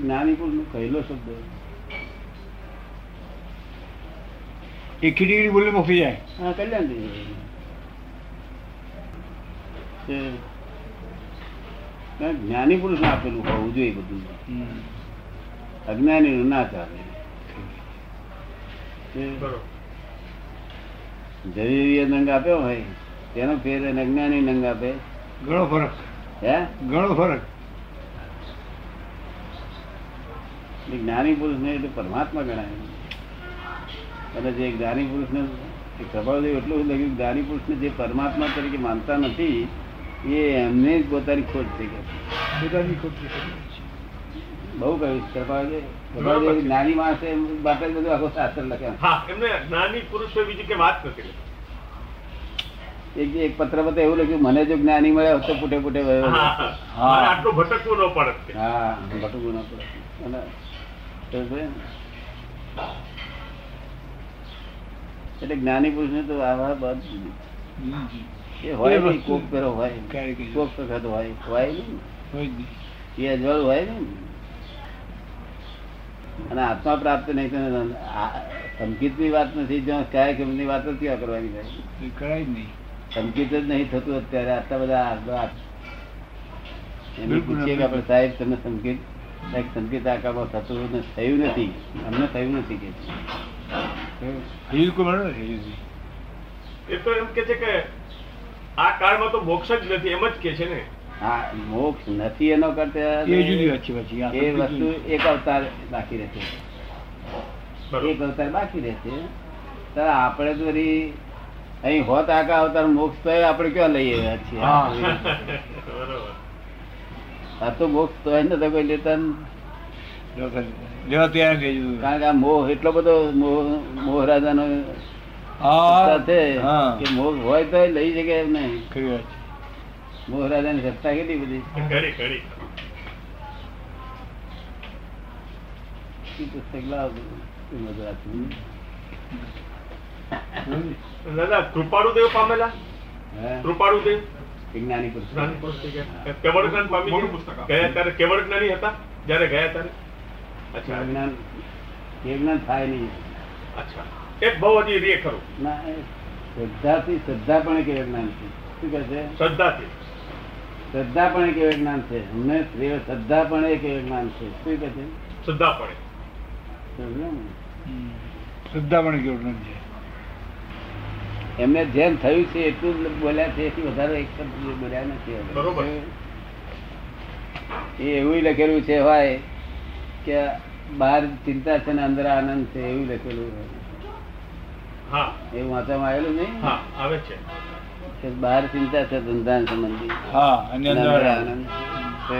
[SPEAKER 1] જ્ઞાની પુરુષ નો કહેલો શબ્દ
[SPEAKER 4] એ ખીટી બોલે મોકલી જાય
[SPEAKER 1] હા કલ્યાણ થઈ જાય. તે કારણ કે જ્ઞાની પુરુષ આપેલું હોવું જોઈએ બધું
[SPEAKER 4] હમ.
[SPEAKER 1] અજ્ઞાની ના ચાલે તે
[SPEAKER 3] બરોબર
[SPEAKER 1] જરૂરી નંગ આપ્યો હોય તેનો ફેર અને અજ્ઞાની નંગ આપે
[SPEAKER 4] ઘણો ફરક
[SPEAKER 1] હે
[SPEAKER 4] ઘણો ફરક
[SPEAKER 1] એટલે જ્ઞાની પુરુષને એટલે પરમાત્મા ગણાય અને જે જ્ઞાની પુરુષને એ કપાળદેવ એટલું બધું લાગ્યું કે જ્ઞાની પુરુષને જે પરમાત્મા તરીકે માનતા નથી એ એમને જ પોતાની ખોટ થઈ ગઈ
[SPEAKER 4] પોતાની ખોટી
[SPEAKER 1] બહુ કહ્યું છે કપાળદેવ કપાળદેવ જ્ઞાની માણસ એમ બાપે જ બધું આખો શાસ્ત્ર લખ્યા
[SPEAKER 3] હા એમને જ્ઞાની પુરુષે બીજી કે વાત નથી કરી.
[SPEAKER 1] એક એક પત્ર પત્ર એવું લખ્યું મને જો જ્ઞાની મળ્યો હોત તો પૂટે પૂટે વયો
[SPEAKER 3] હા
[SPEAKER 1] હોત."
[SPEAKER 3] હા. મારે આટલું ભટકવું ન પડે
[SPEAKER 1] હા ભટુગું ના પડે અને તો છે ને. એટલે જ્ઞાની પુરુષને તો આવા બધું એ હોય
[SPEAKER 4] એ
[SPEAKER 1] નહીં
[SPEAKER 4] વસ્તુ
[SPEAKER 1] કોક ફેરો હોય
[SPEAKER 4] ક્યારે કીધું?
[SPEAKER 1] કોક વખત હોય હોય નહીં ને. એ અજવાળું હોય નહીં ને. અને આત્મા પ્રાપ્ત નહીં તો સંકિત ની વાત નથી જ્યાં કયા ની વાત જ ક્યાં કરવાની થાય
[SPEAKER 4] કરાય જ નહીં
[SPEAKER 1] સંકિત જ નહીં થતું અત્યારે આટલા બધા આટલા આ- એમને
[SPEAKER 4] બિલકુલ
[SPEAKER 1] પૂછીએ કે
[SPEAKER 4] નથી.
[SPEAKER 1] આપણે સાહેબ તમને સંકેત સાહેબ, સંકેત આ કામમાં થતું ન- થયું નથી અમને થયું નથી કે છે.
[SPEAKER 4] હજી કોઈ મળ્યો નથી હજી સુધી.
[SPEAKER 3] એ તો એમ કે છે કે આ કાળમાં તો મોક્ષ જ નથી એમ જ કે છે ને
[SPEAKER 1] હા મોક્ષ નથી એનો કરતા
[SPEAKER 4] એ જુદી વાત છે પછી આ
[SPEAKER 1] એ
[SPEAKER 4] તો જુદી.
[SPEAKER 1] વસ્તુ એક અવતાર બાકી રહેશે
[SPEAKER 3] બરોબર
[SPEAKER 1] એક અવતાર બાકી રહેશે તો આપણે તો વળી અહીં હોત આખા અવતાર મોક્ષ તો આપણે ક્યાં લઈ આવ્યા છીએ
[SPEAKER 4] હા
[SPEAKER 3] બરોબર
[SPEAKER 1] આ તો મોક્ષ તો નથી કોઈ લેતા ન.
[SPEAKER 4] લેવા તૈયાર થઈ જતું
[SPEAKER 1] કારણ કે આ મોહ એટલો બધો મોહ મોહ રાજાનો સત્તા
[SPEAKER 4] હા
[SPEAKER 1] છે
[SPEAKER 4] હા
[SPEAKER 1] કે મોહ હોય તો લઈ શકે એમ નહીં
[SPEAKER 4] ખરી વાત છે.
[SPEAKER 1] મોહ રાજાની સત્તા કેટલી બધી
[SPEAKER 3] ઘડી ઘડી
[SPEAKER 1] એ પુસ્તક લાવો એ મજા આવતી.
[SPEAKER 3] દાદા કૃપાળુદેવ પામેલા
[SPEAKER 1] હે?
[SPEAKER 3] કૃપાળુદેવ
[SPEAKER 1] વિજ્ઞાની પુસ્તક.
[SPEAKER 3] જ્ઞાની પુરુષ થઈ ગયા. કેવળ જ્ઞાન પામી ગયા? ગયા ત્યારે કેવળ જ્ઞાની હતા જ્યારે ગયા ત્યારે અચ્છા
[SPEAKER 1] વિજ્ઞાન એ જ્ઞાન થાય નહીં
[SPEAKER 3] અચ્છા એક બહુ હજી રે ખરું
[SPEAKER 1] ના એ શ્રદ્ધાથી શ્રદ્ધાપણે કેવું જ્ઞાન છે શું કહે છે
[SPEAKER 3] શ્રદ્ધાથી
[SPEAKER 1] શ્રદ્ધાપણે કેવું જ્ઞાન છે અમને શ્રેય શ્રદ્ધાપણે કેવું જ્ઞાન છે શું કહે છે
[SPEAKER 3] શ્રદ્ધા પડે
[SPEAKER 1] સમજ્યો ને?
[SPEAKER 4] હમ. શ્રદ્ધા પણ કેવું નામ છે
[SPEAKER 1] એમને જેમ થયું છે એટલું જ બોલ્યા છે એથી વધારે એક શબ્દ બોલ્યા નથી હવે.
[SPEAKER 3] બરોબર.
[SPEAKER 1] એ એવું લખેલું છે હોય કે બહાર ચિંતા છે ને અંદર આનંદ છે એવું લખેલું હોય.
[SPEAKER 3] હા
[SPEAKER 1] એવું વાંચવામાં આવેલું
[SPEAKER 3] હા આવે છે
[SPEAKER 1] નહીં બહાર ચિંતા છે ધંધા સંબંધી
[SPEAKER 4] હા અને
[SPEAKER 1] અને અંદર
[SPEAKER 4] અંદર
[SPEAKER 1] આનંદ છે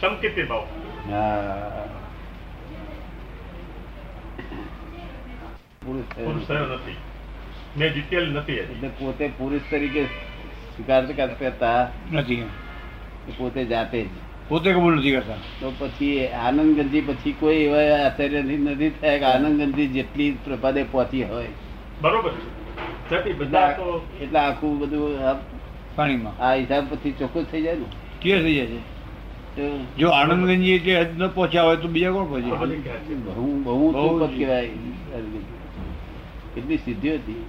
[SPEAKER 3] સમકિતી ભાવ
[SPEAKER 1] હા. પુરુષ થયો.
[SPEAKER 3] પુરુષ થયો નથી મેં જીતેલ નથી હજી
[SPEAKER 1] એટલે પોતે પુરુષ તરીકે સ્વીકાર કરતા
[SPEAKER 4] નથી એમ.
[SPEAKER 1] પોતે જાતે જ
[SPEAKER 4] પોતે કબૂલ નથી કરતા
[SPEAKER 1] તો પછી આનંદગંજી પછી કોઈ એવા આચાર્ય નથી થયા કે આનંદગંજી જેટલી પ્રભાદે પહોંચી હોય
[SPEAKER 3] બરોબર છે નથી બધા તો
[SPEAKER 1] એટલે આખું બધું આ-
[SPEAKER 4] પાણીમાં
[SPEAKER 1] આ હિસાબ પછી ચોખ્ખું થઈ જાય ને
[SPEAKER 4] ક્લિયર થઈ જાય છે
[SPEAKER 1] તો
[SPEAKER 4] જો આનંદગંજી એટલે હદ ન પહોંચ્યા હોય તો બીજા કોણ
[SPEAKER 3] આ
[SPEAKER 4] પહોંચે
[SPEAKER 3] બધી ગયા છે.
[SPEAKER 1] બહુ બહુ
[SPEAKER 4] બહુ
[SPEAKER 1] ચોખ્ખું
[SPEAKER 4] જ.
[SPEAKER 1] કહેવાય આનંદગંજી. કેટલી સિદ્ધિ હતી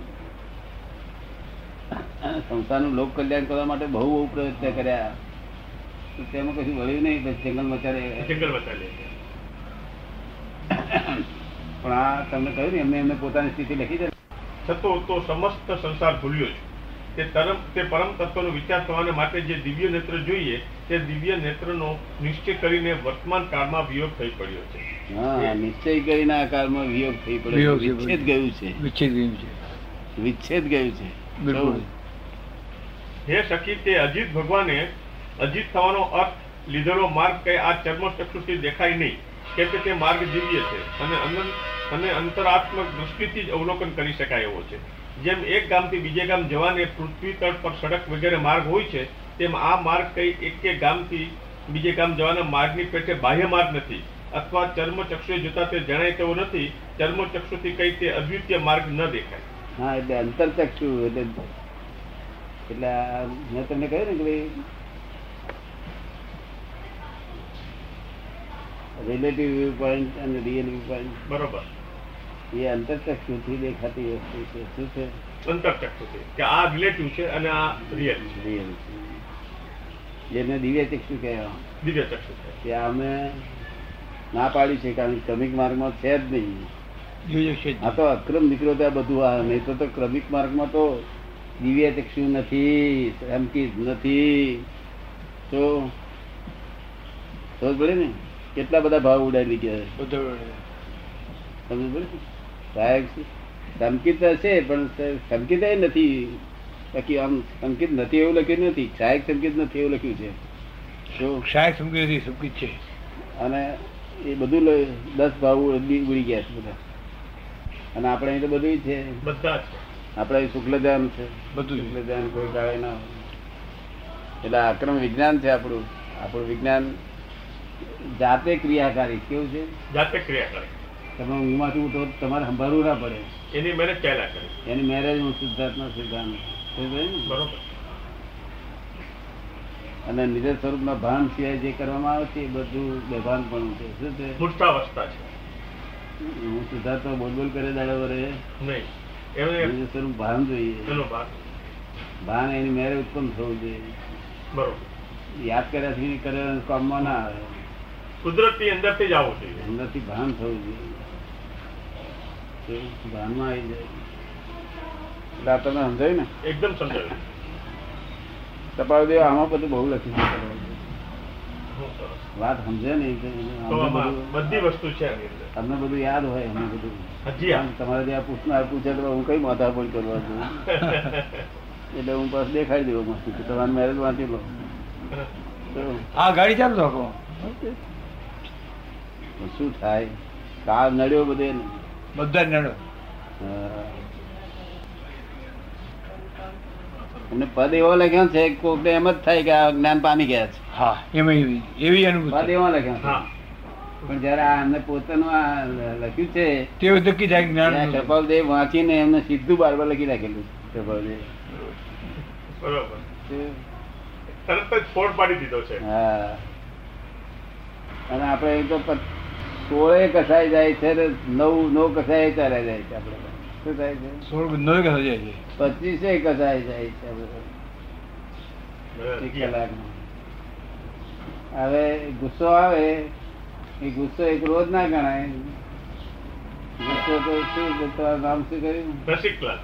[SPEAKER 1] સંસ્થાનું લોક કલ્યાણ કરવા માટે બહુ બહુ પ્રયત્ન કર્યા તો તેમાં કશું વળ્યું નહીં બસ જંગલમાં ચાલે
[SPEAKER 3] જંગલ બતાવી લે
[SPEAKER 1] પણ આ તમને કહ્યું ને એમને એમને પોતાની સ્થિતિ લખી દે
[SPEAKER 3] થતો તો સમસ્ત સંસાર ભૂલ્યો છે તે તરમ તે પરમ તત્વનો વિચાર થવાને માટે જે દિવ્ય નેત્ર જોઈએ તે દિવ્ય નેત્રનો નિશ્ચય કરીને વર્તમાન કાળમાં વિયોગ થઈ પડ્યો છે
[SPEAKER 1] હા નિશ્ચય કરીને આ કાળમાં વિયોગ થઈ પડ્યો
[SPEAKER 4] વિયોગ
[SPEAKER 1] છે.
[SPEAKER 4] થઈ પડ્યો.
[SPEAKER 1] વિચ્છેદ ગયું છે
[SPEAKER 4] વિચ્છેદ ગયું છે
[SPEAKER 1] વિચ્છેદ ગયું છે
[SPEAKER 4] બિલકુલ.
[SPEAKER 3] હે સખી તે અજીત ભગવાને અજીત થવાનો અર્થ લીધેલો માર્ગ કે આ ચર્મચક્ષુથી દેખાય નહીં કેમ કે તે માર્ગ દિવ્ય છે અને અનંત અને અંતરાત્મક દૃષ્ટિથી જ અવલોકન કરી શકાય એવો છે જેમ એક ગામથી બીજે ગામ જવાને પૃથ્વી તળ પર સડક વગેરે માર્ગ હોય છે તેમ આ માર્ગ કઈ એકે ગામથી બીજે ગામ જવાના માર્ગની પેટે બાહ્ય માર્ગ નથી અથવા ચર્મચક્ષુએ જોતા તે જણાય તેવો નથી ચર્મચક્ષુથી કઈ તે અદ્વિતીય માર્ગ ન દેખાય
[SPEAKER 1] હા એટલે અંતરચક્ષુ એટલે એટલે આ મેં તમને કહ્યું ને કે ભાઈ રિલેટિવ વ્યૂ પોઈન્ટ અને રિયલ વ્યૂ પોઈન્ટ
[SPEAKER 3] બરોબર
[SPEAKER 1] એ અંતરચક્ષુથી દેખાતી વસ્તુ છે શું છે
[SPEAKER 3] અંતરચક્ષુથી કે આ રિલેટિવ છે અને આ રિયલ છે
[SPEAKER 1] રિયલ જેને દિવ્ય ચક્ષુ કહેવાય
[SPEAKER 3] દિવ્ય ચક્ષુ છે
[SPEAKER 1] કે અમે ના પાડી છે કારણ કે ક્રમિક માર્ગમાં છે જ નહીં
[SPEAKER 4] જોયું છે
[SPEAKER 1] આ તો અક્રમ નીકળ્યો તો આ બધું આ નહીં તો તો ક્રમિક માર્ગમાં તો દિવ્ય ચક્ષુ નથી સમકી જ નથી તો સમજ પડે ને કેટલા બધા ભાવ ઉડાડી ગયા છે. સમજ પડે ને? સહાયક છે સંકિત છે પણ સંકિત નથી બાકી આમ સંકિત નથી એવું લખ્યું નથી સહાયક સંકેત નથી એવું લખ્યું છે જો
[SPEAKER 4] સાહેબ સમજી નથી સમજી છે
[SPEAKER 1] અને એ બધું લ- દસ ભાવ ઉડી ઉડી ગયા છે બધા અને આપણે અહીં તો બધું છે
[SPEAKER 3] બધા જ
[SPEAKER 1] આપણે અહીં શુક્લધામ છે
[SPEAKER 4] બધું છે.
[SPEAKER 1] શુક્લધામ કોઈ કાળે ના હોય. એટલે આ અક્રમ વિજ્ઞાન છે આપણું આપણું વિજ્ઞાન જાતે ક્રિયાકારી કેવું છે
[SPEAKER 3] જાતે ક્રિયા કરે
[SPEAKER 1] તમે ઊંઘમાંથી ઉઠો તો તમારે સંભાળવું ના પડે
[SPEAKER 3] એની મહેનત ચાલ્યા કરે
[SPEAKER 1] એની મેરેજ હું સિદ્ધાર્થનો સિદ્ધાંત સમજાય ને?
[SPEAKER 3] બરોબર
[SPEAKER 1] અને નિજ સ્વરૂપમાં ભાન સિવાય જે કરવામાં આવે છે એ બધું બેભાનપણું છે શું છે
[SPEAKER 3] મૂર્છાવસ્થા છે
[SPEAKER 1] હું સિદ્ધાર્થ બોલ બોલ કરે દાડો વરે
[SPEAKER 3] નહીં એમને
[SPEAKER 1] નિજ સ્વરૂપ ભાન જોઈએ
[SPEAKER 3] એનો ભાગ
[SPEAKER 1] ભાન એની મેરે ઉત્પન્ન થવું જોઈએ
[SPEAKER 3] બરોબર
[SPEAKER 1] યાદ કર્યા થી કર્યા કામમાં ના આવે
[SPEAKER 3] કુદરતની અંદરથી જ આવવું જોઈએ
[SPEAKER 1] અંદરથી ભાન થવું જોઈએ તો ભાનમાં આવી જાય એટલે આ તમે સમજાયું ને
[SPEAKER 3] એકદમ સમજાયું
[SPEAKER 1] તપાવ દેવ આમાં બધું બહુ લખ્યું છે તપાવદેવ.
[SPEAKER 3] હમ, સરસ.
[SPEAKER 1] વાત સમજે ને એટલે અમને
[SPEAKER 3] તો આમાં
[SPEAKER 1] બધું-
[SPEAKER 3] બધી વસ્તુ છે આની અંદર
[SPEAKER 1] અમને બધું યાદ હોય અમને બધું
[SPEAKER 3] હજી આ
[SPEAKER 1] આમ તમારે ત્યાં પૂછનાર પૂછે તો હું કઈ માથા પણ કરવા છું એટલે હું પાછું દેખાડી દેવું મસ્તી કે તમારે મેરેજ વાંચી લો તો
[SPEAKER 4] આ ગાડી ચાલુ રાખો
[SPEAKER 1] શું થાય કાળ નડ્યો બધે ને.
[SPEAKER 4] બધા જ નડો
[SPEAKER 1] અને પદ એવો લખ્યો છે કે કોકને એમ જ થાય કે આ જ્ઞાન પામી ગયા છે
[SPEAKER 4] હા એમાં એવી એવી
[SPEAKER 1] પદ
[SPEAKER 4] અનુભૂતિ
[SPEAKER 1] એવો લખ્યો છે.
[SPEAKER 3] હા
[SPEAKER 1] પણ જ્યારે આ એમને પોતાનું આ લ- લખ્યું છે
[SPEAKER 4] તે ધકી જાય
[SPEAKER 1] ત્યાં
[SPEAKER 4] જ્ઞાન
[SPEAKER 1] કપાલદેવ વાંચીને એમને સીધું બાર બાર લખી નાખેલું છે કપાલદેવ.
[SPEAKER 3] બરોબર
[SPEAKER 1] શું?
[SPEAKER 3] તરત જ ફોડ પાડી દીધો છે
[SPEAKER 1] હા અને આપણે એ તો પ- સોળે કસાઈ જાય છે ને નવ નવ કસાય ત્યારે જાય છે આપણે શું થાય છે
[SPEAKER 4] સોળ નોય કથા જાય છે
[SPEAKER 1] પચીસે કસાઈ જાય છે આપણે એક કલાકમાં. હવે ગુસ્સો આવે એ ગુસ્સો એક રોજ ના ગણાય ગુસ્સો તો શું કે તમારું નામ શું કર્યું
[SPEAKER 3] રસિકલાલ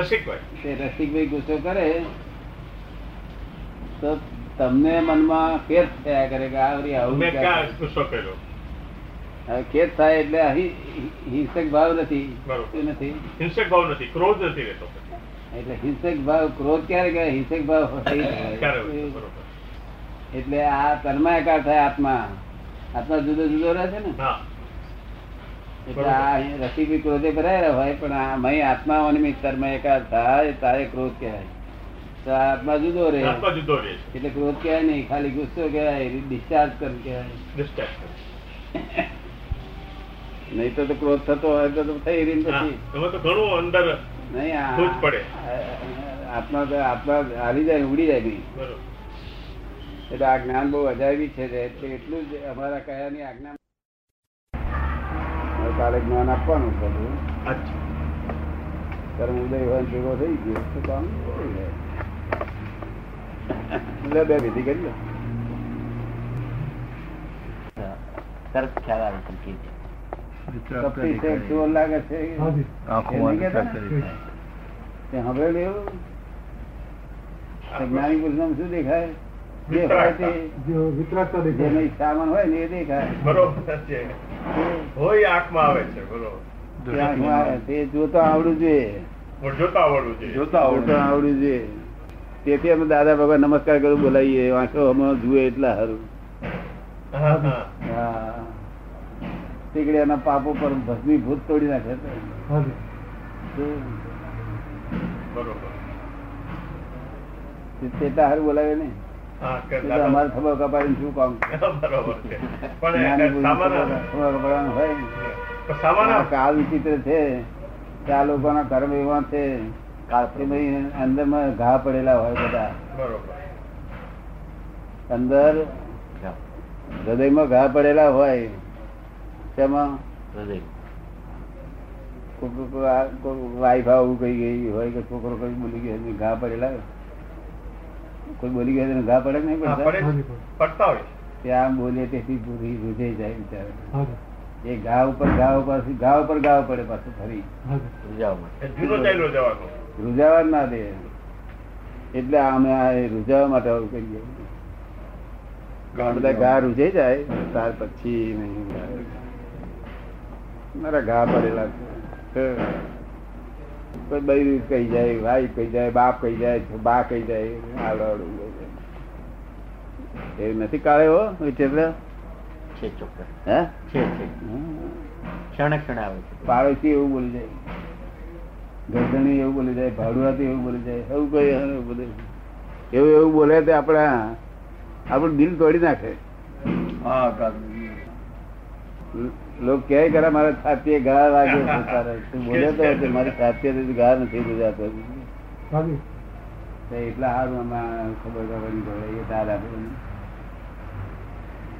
[SPEAKER 3] રસિકભાઈ
[SPEAKER 1] તે રસિકભાઈ ગુસ્સો કરે તો તમને મનમાં ખેદ થયા કરે કે આ વળી આવું
[SPEAKER 3] મેં
[SPEAKER 1] ક્યાં
[SPEAKER 3] ક્યાં ગુસ્સો કર્યો
[SPEAKER 1] કર્યું? હવે ખેદ થાય એટલે અહી- હિ- હિંસક ભાવ નથી
[SPEAKER 3] બરોબર.
[SPEAKER 1] શું નથી
[SPEAKER 3] હિંસક ભાવ નથી ક્રોધ નથી રહેતો
[SPEAKER 1] એટલે હિંસક ભાવ ક્રોધ ક્યારે કહેવાય? હિંસક ભાવ હોય.
[SPEAKER 3] ક્યારે હોય? બરોબર
[SPEAKER 1] એટલે આ તન્માયકાર થાય આત્મા આત્મા જુદો જુદો રહે છે ને
[SPEAKER 3] હા
[SPEAKER 1] એટલે આ અહીં રસીબી ક્રોધે ભરાયેલા હોય પણ આ મય આત્મા અનિમિત કર્મ એકાદ થાય તારે ક્રોધ કહેવાય તો આ આત્મા જુદો રહે
[SPEAKER 3] આત્મા જુદો રહે છે
[SPEAKER 1] એટલે ક્રોધ કહેવાય નહીં ખાલી ગુસ્સો કહેવાય ડિસ્ચાર્જ કર કહેવાય
[SPEAKER 3] Discharge કરે.
[SPEAKER 1] નહીં તો તો ક્રોધ થતો હોય તો તો થઈ રહી ને
[SPEAKER 3] હા,
[SPEAKER 1] પછી
[SPEAKER 3] એમાં તો ઘણું અંદર
[SPEAKER 1] નહીં આ
[SPEAKER 3] ખોજ પડે.
[SPEAKER 1] આ- આત્મા તો આત્મા હારી જાય ઉડી જાય નહીં
[SPEAKER 3] બરોબર
[SPEAKER 1] એટલે આ જ્ઞાન બહુ અજાયબી છે એટલે એટલું જ અમારા કયાની આજ્ઞા હવે કાલે જ્ઞાન આપવાનું બધું
[SPEAKER 3] અચ્છા
[SPEAKER 1] કર્મ ઉદય હોય ને ભેગો થઈ ગયો તો કામ થઈ જાય. લે બે વિધિ કરી લો
[SPEAKER 5] તરત ખ્યાલ આવે સરખી રીતે.
[SPEAKER 1] કપટી છે, ચોર લાગે છે એ નહીં કહેતા ને? તે સાંભળેલું એવું? તે જ્ઞાની પુરુષનામાં શું દેખાય જે હોય તે- જેનો સામાન હોય ને એ દેખાય
[SPEAKER 3] બરોબર છે હોય આંખમાં આવે છે બરોબર
[SPEAKER 1] તે આંખમાં આવે. તે જોતા આવડવું જોઈએ
[SPEAKER 3] પણ જોતા આવડવું જોઈએ
[SPEAKER 4] જોતા
[SPEAKER 1] આવડતા આવડ્યું છે તેથી અમે દાદા ભગવાન નમસ્કાર કરું બોલાવીએ વાંચો હમણાં જુએ એટલા સારું
[SPEAKER 3] હા હા
[SPEAKER 1] હા તીકડે એના પાપો પર ભસ્મીભૂત તોડી નાખે છે. તો
[SPEAKER 3] બરોબર
[SPEAKER 1] તે તેટા હારું બોલાવે ને
[SPEAKER 3] હા કે
[SPEAKER 1] તે તો
[SPEAKER 3] દાદા-
[SPEAKER 1] અમારે ખબર કપાડીને શું કામ
[SPEAKER 3] બરોબર છે
[SPEAKER 1] જ્ઞાની
[SPEAKER 3] પણ
[SPEAKER 1] પુરુષ
[SPEAKER 3] સામાન્ય
[SPEAKER 1] ખબર કપાડવાનું હોય ને.
[SPEAKER 3] પણ સામાન્ય
[SPEAKER 1] કાળ વિચિત્ર છે કે આ લોકોના કર્મ એવા છે
[SPEAKER 5] કાળ
[SPEAKER 1] કે ભાઈ અંદરમાં ઘા પડેલા હોય બધા
[SPEAKER 3] બરોબર
[SPEAKER 1] અંદર
[SPEAKER 5] ઘા.
[SPEAKER 1] હૃદયમાં ઘા પડેલા હોય તેમાં
[SPEAKER 5] હૃદય.
[SPEAKER 1] કોક- કોક આ- કોક વાઈફ આવું કઈ ગઈ હોય કે છોકરો કઈ બોલી ગયો હોય, ઘા પડેલા હોય. કોઈ બોલી ગયો હોય તો ઘા પડે કે નહીં
[SPEAKER 3] હા,
[SPEAKER 1] પડતા?
[SPEAKER 3] પડે છે. પડતા હોય
[SPEAKER 1] ત્યાં બોલે તેથી પૂરી રૂજાઈ જાય બિચારો. એ ઘા ઉપર ઘા ઉપર ઘા ઉપર ઘા પડે પાછું ફરી
[SPEAKER 5] સમજાવવા માટે.
[SPEAKER 3] એ જૂનો ચાલ્યો જવાનો
[SPEAKER 1] રૂજાવા જ ના દે એટલે અમે આ એ રૂજાવા માટે આવું કરીએ બધા ઘા રૂજાઈ જાય ત્યાર પછી નહીં ગાય. મારા ઘા પડેલા છે હે. કોઈ બૈરી કહી જાય ભાઈ કહી જાય બાપ કહી જાય બા કહી જાય આવડું આવડું કહી જાય. એવું નથી કાળે હો વિચિત્ર
[SPEAKER 5] છે ચોક્કસ.
[SPEAKER 1] હે
[SPEAKER 5] છે, છે.
[SPEAKER 1] હમ.
[SPEAKER 5] ક્ષણે ક્ષણે આવે છે.
[SPEAKER 1] પાડોશી એવું બોલી જાય ગરદણી એવું બોલી જાય ભાડુઆતી એવું બોલી જાય એવું કઈ એવું બોલે એવું એવું બોલે તો આપણા આપણું દિલ તોડી નાખે લ- લોક કહે કરે મારા છાતીએ ઘા વાગ્યો છે તારે. તું બોલે તો કે મારી છાતીએ તો ઘા નથી ગુજાતો તો એટલા સારું અમારે ખબર કરવાની પડે એ દાદા આપણને.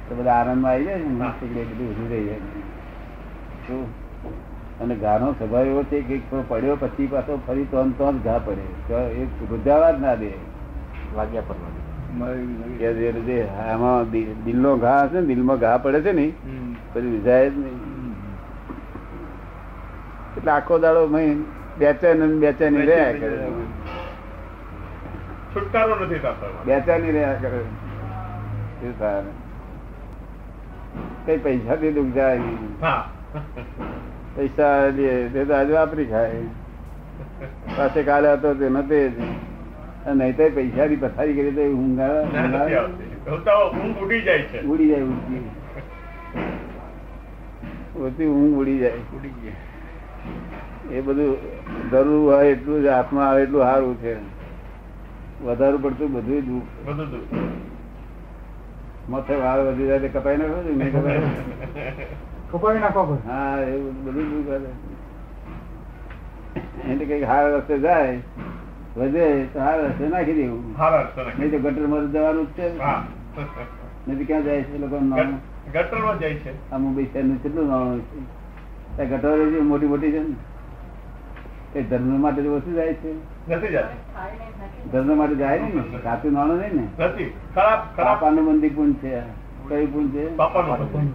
[SPEAKER 1] તો બધા આનંદમાં આવી જાય ને મસ્ત એટલે બધું ઊભું રહી જાય શું? અને ઘાનો સ્વભાવ એવો છે કે થોડો પડ્યો પછી પાછો ફરી તો તો જ ઘા પડે તો એ રૂધાવા જ ના દે
[SPEAKER 5] વાગ્યા પર વાગ્યા.
[SPEAKER 1] કે જે રીતે આમાં દિ- દિલનો ઘા હશે ને દિલમાં ઘા પડે છે ને પછી રૂઝાય જ નહીં એટલે આખો દાડો મહી બેચેન અને બેચેની રહ્યા કરે
[SPEAKER 3] છુટકારો નથી થતો એમાં.
[SPEAKER 1] બેચેની રહ્યા કરે શું થાય? કઈ પૈસાથી દુઃખ જાય નહીં
[SPEAKER 3] હા
[SPEAKER 1] પૈસા લે તે તો આજે વાપરી ખાય પાસે કાલે હતો તે નતે જ અને નહીં તો પૈસા ની પથારી કરી તો એ ઊંઘ આવે, ઊંઘ
[SPEAKER 3] નથી
[SPEAKER 1] આવે.
[SPEAKER 3] આવતી ઉતાવળ ઊંઘ ઉડી જાય છે
[SPEAKER 1] ઉડી જાય ઉડતી ઉડતી ઊંઘ ઉડી જાય એ બધું જરૂર હોય એટલું જ હાથમાં આવે એટલું સારું છે વધારે પડતું બધું દુઃખ
[SPEAKER 3] બધું દુઃખ.
[SPEAKER 1] માથે વાળ વધી જાય તે કપાઈ નાખો છો નહીં કપાય હા એવું બધું દુઃખ આવે એટલે કઈક હારા રસ્તે જાય વધે તો હારા રસ્તે નાખી દેવું
[SPEAKER 3] હારા રસ્તા નાખી.
[SPEAKER 1] નહીં તો ગટર માં તો જવાનું જ છે
[SPEAKER 3] હા
[SPEAKER 1] નહીં તો ક્યાં જાય છે લોકો નાણું
[SPEAKER 3] ગટ- ગટરમાં જાય છે
[SPEAKER 1] આ મુંબઈ શહેરનું કેટલું નાણું છે ત્યાં ગટરો જે મોટી મોટી છે ને એ ધર્મ માટે તો ઓછું જાય છે
[SPEAKER 3] નથી જતી
[SPEAKER 1] ધર્મ માટે જાય ને સાચું નાણું નહીં ને
[SPEAKER 3] નથી ખરાબ ખરાબ
[SPEAKER 1] પાપાનું મંદિર પૂર્ણ છે કયું પૂર્ણ છે
[SPEAKER 3] બાપાનું બધું.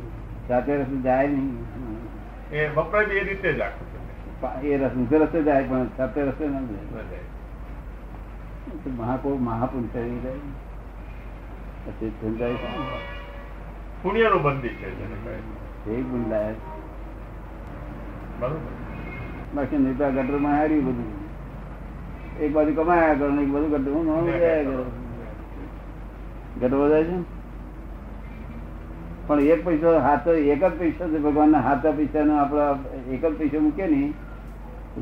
[SPEAKER 1] સાચે રસ્તે જાય નહીં
[SPEAKER 3] એ વપરાય બી એ રીતે જ આખું
[SPEAKER 1] પા- એ રસ્તે ઊંધે રસ્તે જાય પણ સાચે રસ્તે ન જાય
[SPEAKER 3] ન જાય.
[SPEAKER 1] તો મહાકો મહાપુરુષ થઈ જાય પછી સમજાય છે ને?
[SPEAKER 3] પુણ્યનું બંદી છે જેને કહે.
[SPEAKER 1] એ ગુણ લાયક
[SPEAKER 3] બરોબર
[SPEAKER 1] બાકી નહીં તો આ ગટરમાં હાર્યું બધું એક બાજુ કમાયા કરો ને એક બાજુ ગટરમાં નાહવા ગયા કરો ગટર વધારે છે ને? પણ એક પૈસો હાથો એક જ પૈસો છે ભગવાનના હાથા પૈસાનો આપણા એક જ પૈસો મૂકે ને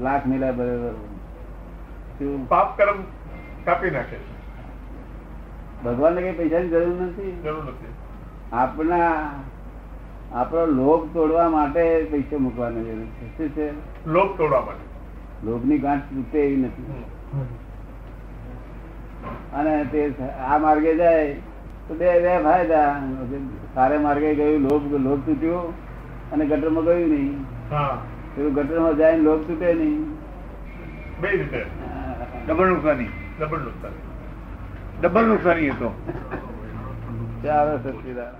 [SPEAKER 1] લાખ મેલા બરાબર શું?
[SPEAKER 3] પાપ કર્મ કાપી નાખે છે
[SPEAKER 1] ભગવાનને કઈ પૈસાની જરૂર નથી
[SPEAKER 3] જરૂર નથી
[SPEAKER 1] આપણા આપણો લોભ તોડવા માટે પૈસો મૂકવાની જરૂર છે શું છે
[SPEAKER 3] લોભ તોડવા માટે
[SPEAKER 1] લોભની ગાંઠ તૂટે એવી નથી અને તે આ માર્ગે જાય તો બે બે ફાયદા સારે માર્ગે ગયું લોભ લોભ તૂટ્યો અને ગટરમાં ગયું નહીં
[SPEAKER 3] હા
[SPEAKER 1] પેલું ગટરમાં જાય ને લોભ તૂટે નહીં
[SPEAKER 3] બે રીતે
[SPEAKER 4] ડબલ નુકસાની
[SPEAKER 3] ડબલ નુકસાન
[SPEAKER 4] ડબલ નુકસાની એ તો
[SPEAKER 1] ચાલો સચિદાન